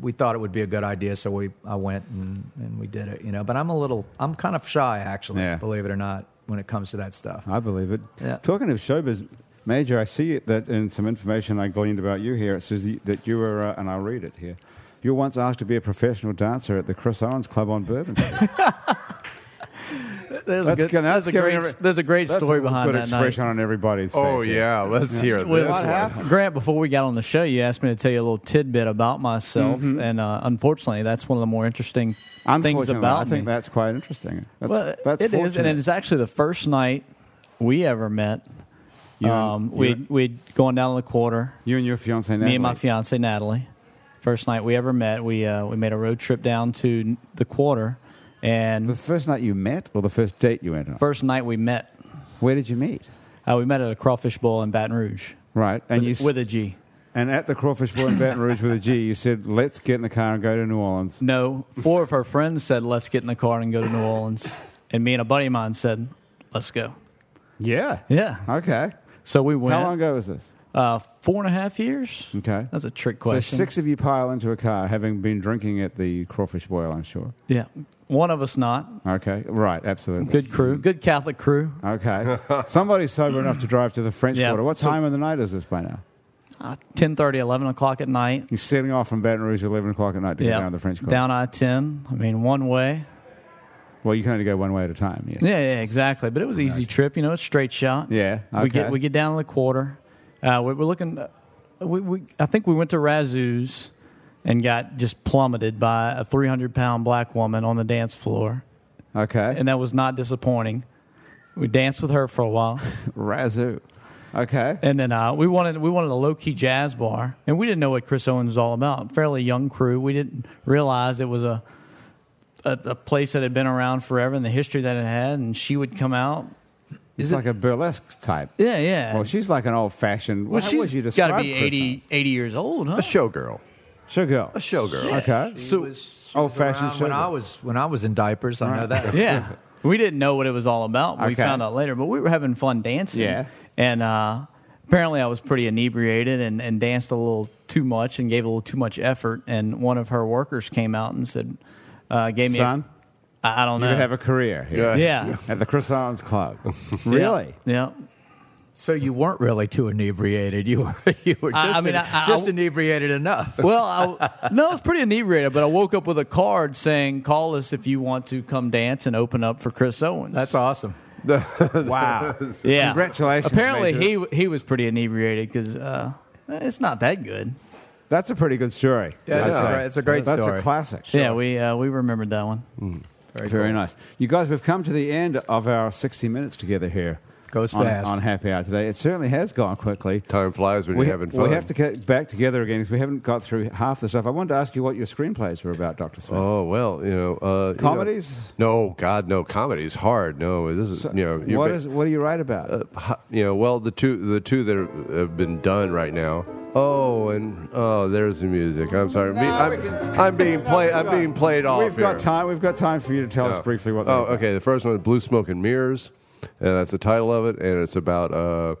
we thought it would be a good idea, so we I went and, and we did it, you know. But I'm a little, I'm kind of shy actually, Yeah. believe it or not, when it comes to that stuff. I believe it. Yeah. Talking of showbiz, Major, I see it that in some information I gleaned about you here, it says you- that you were, uh, and I'll read it here. You were once asked to be a professional dancer at the Chris Owens Club on Bourbon Street. There's That's a, good, gonna- there's that's a giving great, every- there's a great That's story a behind good that night. expression on everybody's oh face. yeah, let's hear it. Well, this what one. happened? Grant, before we got on the show, you asked me to tell you a little tidbit about myself, and uh, unfortunately, that's one of the more interesting things Unfortunately, about Mm-hmm. I think me. that's quite interesting. That's, well, that's it is, and fortunate. it's actually the first night we ever met. You and- um, you we'd, and- we'd gone down to the quarter. You and your fiance, Me and my fiance Natalie. First night we ever met, we uh, we made a road trip down to the quarter, and The the first night you met, or the first date you went on? first night we met, Where did you meet? uh, we met at a crawfish bowl in Baton Rouge Right, and you with, s- with a G. and at the Crawfish Boy in Baton Rouge with a G, you said, "Let's get in the car and go to New Orleans." No, four of her friends said, "Let's get in the car and go to New Orleans," and me and a buddy of mine said, "Let's go." Yeah, Yeah. Okay. So we went. How long ago was this? Uh, four and a half years. Okay. That's a trick So question. six of you pile into a car, having been drinking at the Crawfish Boil, I'm sure. Yeah. One of us not. Okay, right, absolutely. Good crew. Good Catholic crew. Okay, somebody's sober enough to drive to the French Yeah. Quarter. What So- time of the night is this by now? Ah. Uh, 10 11 o'clock at night. You're setting off from Baton Rouge at eleven o'clock at night to go Yeah. down to the French Quarter. Down I 10. I mean, one way. Well, you can only go one way at a time. Yes. Yeah, yeah, exactly. But it was an easy trip. You know, it's straight shot. Yeah, We okay. get we get down to the quarter. Uh, we, we're looking. uh, We, we I think we went to Razoo's and got just plummeted by a 300 pound black woman on the dance floor, Okay. and that was not disappointing. We danced with her for a while, Razoo. Okay. and then uh, we wanted we wanted a low key jazz bar, and we didn't know what Chris Owens was all about. Fairly young crew, we didn't realize it was a a, a place that had been around forever and the history that it had. And she would come out. It's like a burlesque type. Yeah, yeah. Well, she's like an old fashioned. Well, how she's would you describe got to be 80, 80 years old, huh? A showgirl. Showgirl. Oh, A showgirl. Okay. She So- was, she Oh, was fashion around show when I girl. was when I was in diapers, I know that. Yeah. we didn't know what it was all about. We Okay. found out later, but we were having fun dancing. Yeah. And uh, apparently I was pretty inebriated and, and danced a little too much and gave a little too much effort. And one of her workers came out and said, uh, gave me, Son, a, I, I don't you know. could have a career here Yeah. yeah. at the Chris Owens Club. really? Yeah. So you weren't really too inebriated. You were you were just, I- I mean, in- I- I- just inebriated enough. Well, I, no, I was pretty inebriated, but I woke up with a card saying, call us if you want to come dance and open up for Chris Owens. That's awesome. Wow. Yeah. Congratulations, Apparently, Major. he he was pretty inebriated because uh, it's not that good. That's a pretty good story. Yeah, I'd that's say. a great- it's a great that's story. a classic. Yeah, we uh, we remembered that one. Very, Very cool. nice. You guys, we've come to the end of our 60 minutes together here. Goes on, fast. On Happy Hour today. It certainly has gone quickly. Time flies when we, you're having fun. we have to get back together again because we haven't got through half the stuff. I wanted to ask you what your screenplays were about, Dr. Smith. Oh well, you know, uh, you know- Comedies? no, God, no, comedies hard. No, this is you know, you're what, ba- is, what do you write about? ho- you know, well, the two the two that are, have been done right now. Oh, and oh, there's the music. I'm sorry, I'm, be- No, we I'm, can- I'm being No, played. we've I'm got- being played off. We've got here. time. We've got time for you to tell us No. briefly what. Oh, they- okay. The first one is Blue Smoke and Mirrors, and that's the title of it, and it's about uh,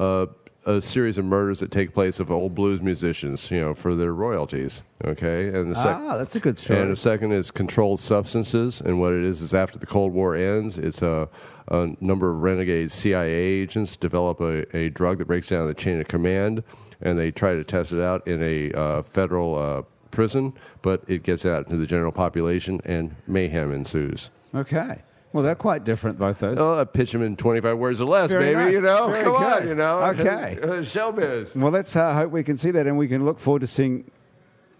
uh, a series of murders that take place of old blues musicians, you know, for their royalties. Okay, and the sec- Ah, that's a good story. And the second is controlled substances, and what it is is after the Cold War ends, it's a, a number of renegade CIA agents develop a, a drug that breaks down the chain of command, and they try to test it out in a uh, federal. Uh, Prison, but it gets out to the general population and mayhem ensues. okay. Well, they're quite different, both those. Oh, I pitch him in 25 words or less, Very baby. nice. You know, Very come good. on, you know. Okay. Showbiz. Well, let's uh, hope we can see that, and we can look forward to seeing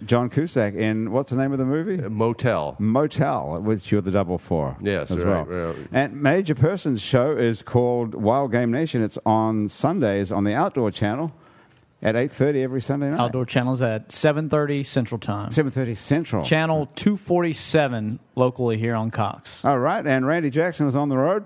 John Cusack in what's the name of the Uh, movie? Motel. Motel, which you're the double for. Yes, as right, well. right. And Major Person's show is called Wild Game Nation. It's on Sundays on the Outdoor Channel at eight thirty every Sunday night. Outdoor channels at 7:30 Central Time. Seven thirty Central. Channel 247 locally here on Cox. All right, and Randy Jackson was on the road.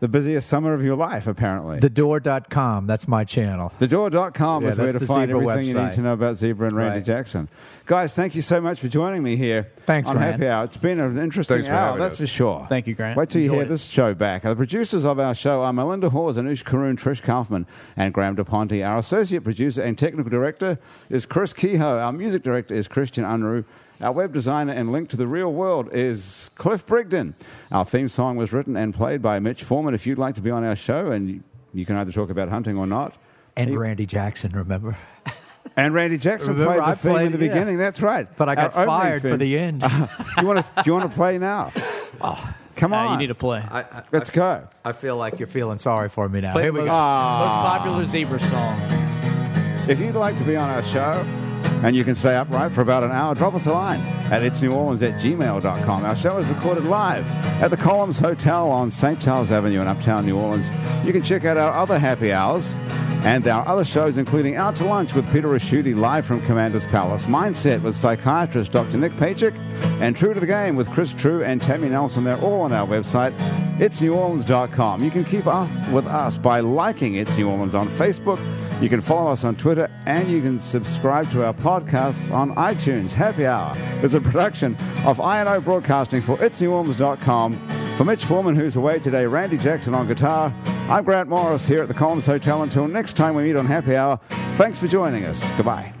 The busiest summer of your life, apparently. Thedoor.com. That's my channel. Thedoor.com Yeah, is where to that's the find Zebra everything you need website. to know about Zebra and Randy Right. Jackson. Guys, thank you so much for joining me here Thanks, on Grant. Happy Hour. It's been an interesting Thanks for hour, having that's us. for sure. Thank you, Grant. Wait till you Enjoyed hear it. this show back. The producers of our show are Melinda Hawes, Anush Karoon, Trish Kaufman, and Graham DePonte. Our associate producer and technical director is Chris Kehoe. Our music director is Christian Unruh. Our web designer and link to the real world is Cliff Brigden. Our theme song was written and played by Mitch Foreman. If you'd like to be on our show, and you- you can either talk about hunting or not, And Randy Jackson, remember? and Randy Jackson Remember, played the I theme in played- the yeah. beginning. That's right. But I got Our opening fired for theme. the Oh, end. do you want to? Do you want to play now? Come on, Uh, you need to play. I, I, Let's go. I feel like you're feeling sorry for me now. Play Here the we most, go. most popular zebra song. If you'd like to be on our show and you can stay upright for about an hour, drop us a line at itsneworleans at gmail.com. Our show is recorded live at the Columns Hotel on St. Charles Avenue in Uptown New Orleans. You can check out our other happy hours and our other shows, including Out to Lunch with Peter Raschuti live from Commander's Palace, Mindset with psychiatrist Dr. Nick Pajic, and True to the Game with Chris True and Tammy Nelson. They're all on our website, itsneworleans.com. You can keep up with us by liking It's New Orleans on Facebook. You can follow us on Twitter and you can subscribe to our podcasts on iTunes. Happy Hour is a production of INO Broadcasting for itsneworleans.com. For Mitch Foreman, who's away today, Randy Jackson on guitar, I'm Grant Morris here at the Columns Hotel. Until next time we meet on Happy Hour, thanks for joining us. Goodbye.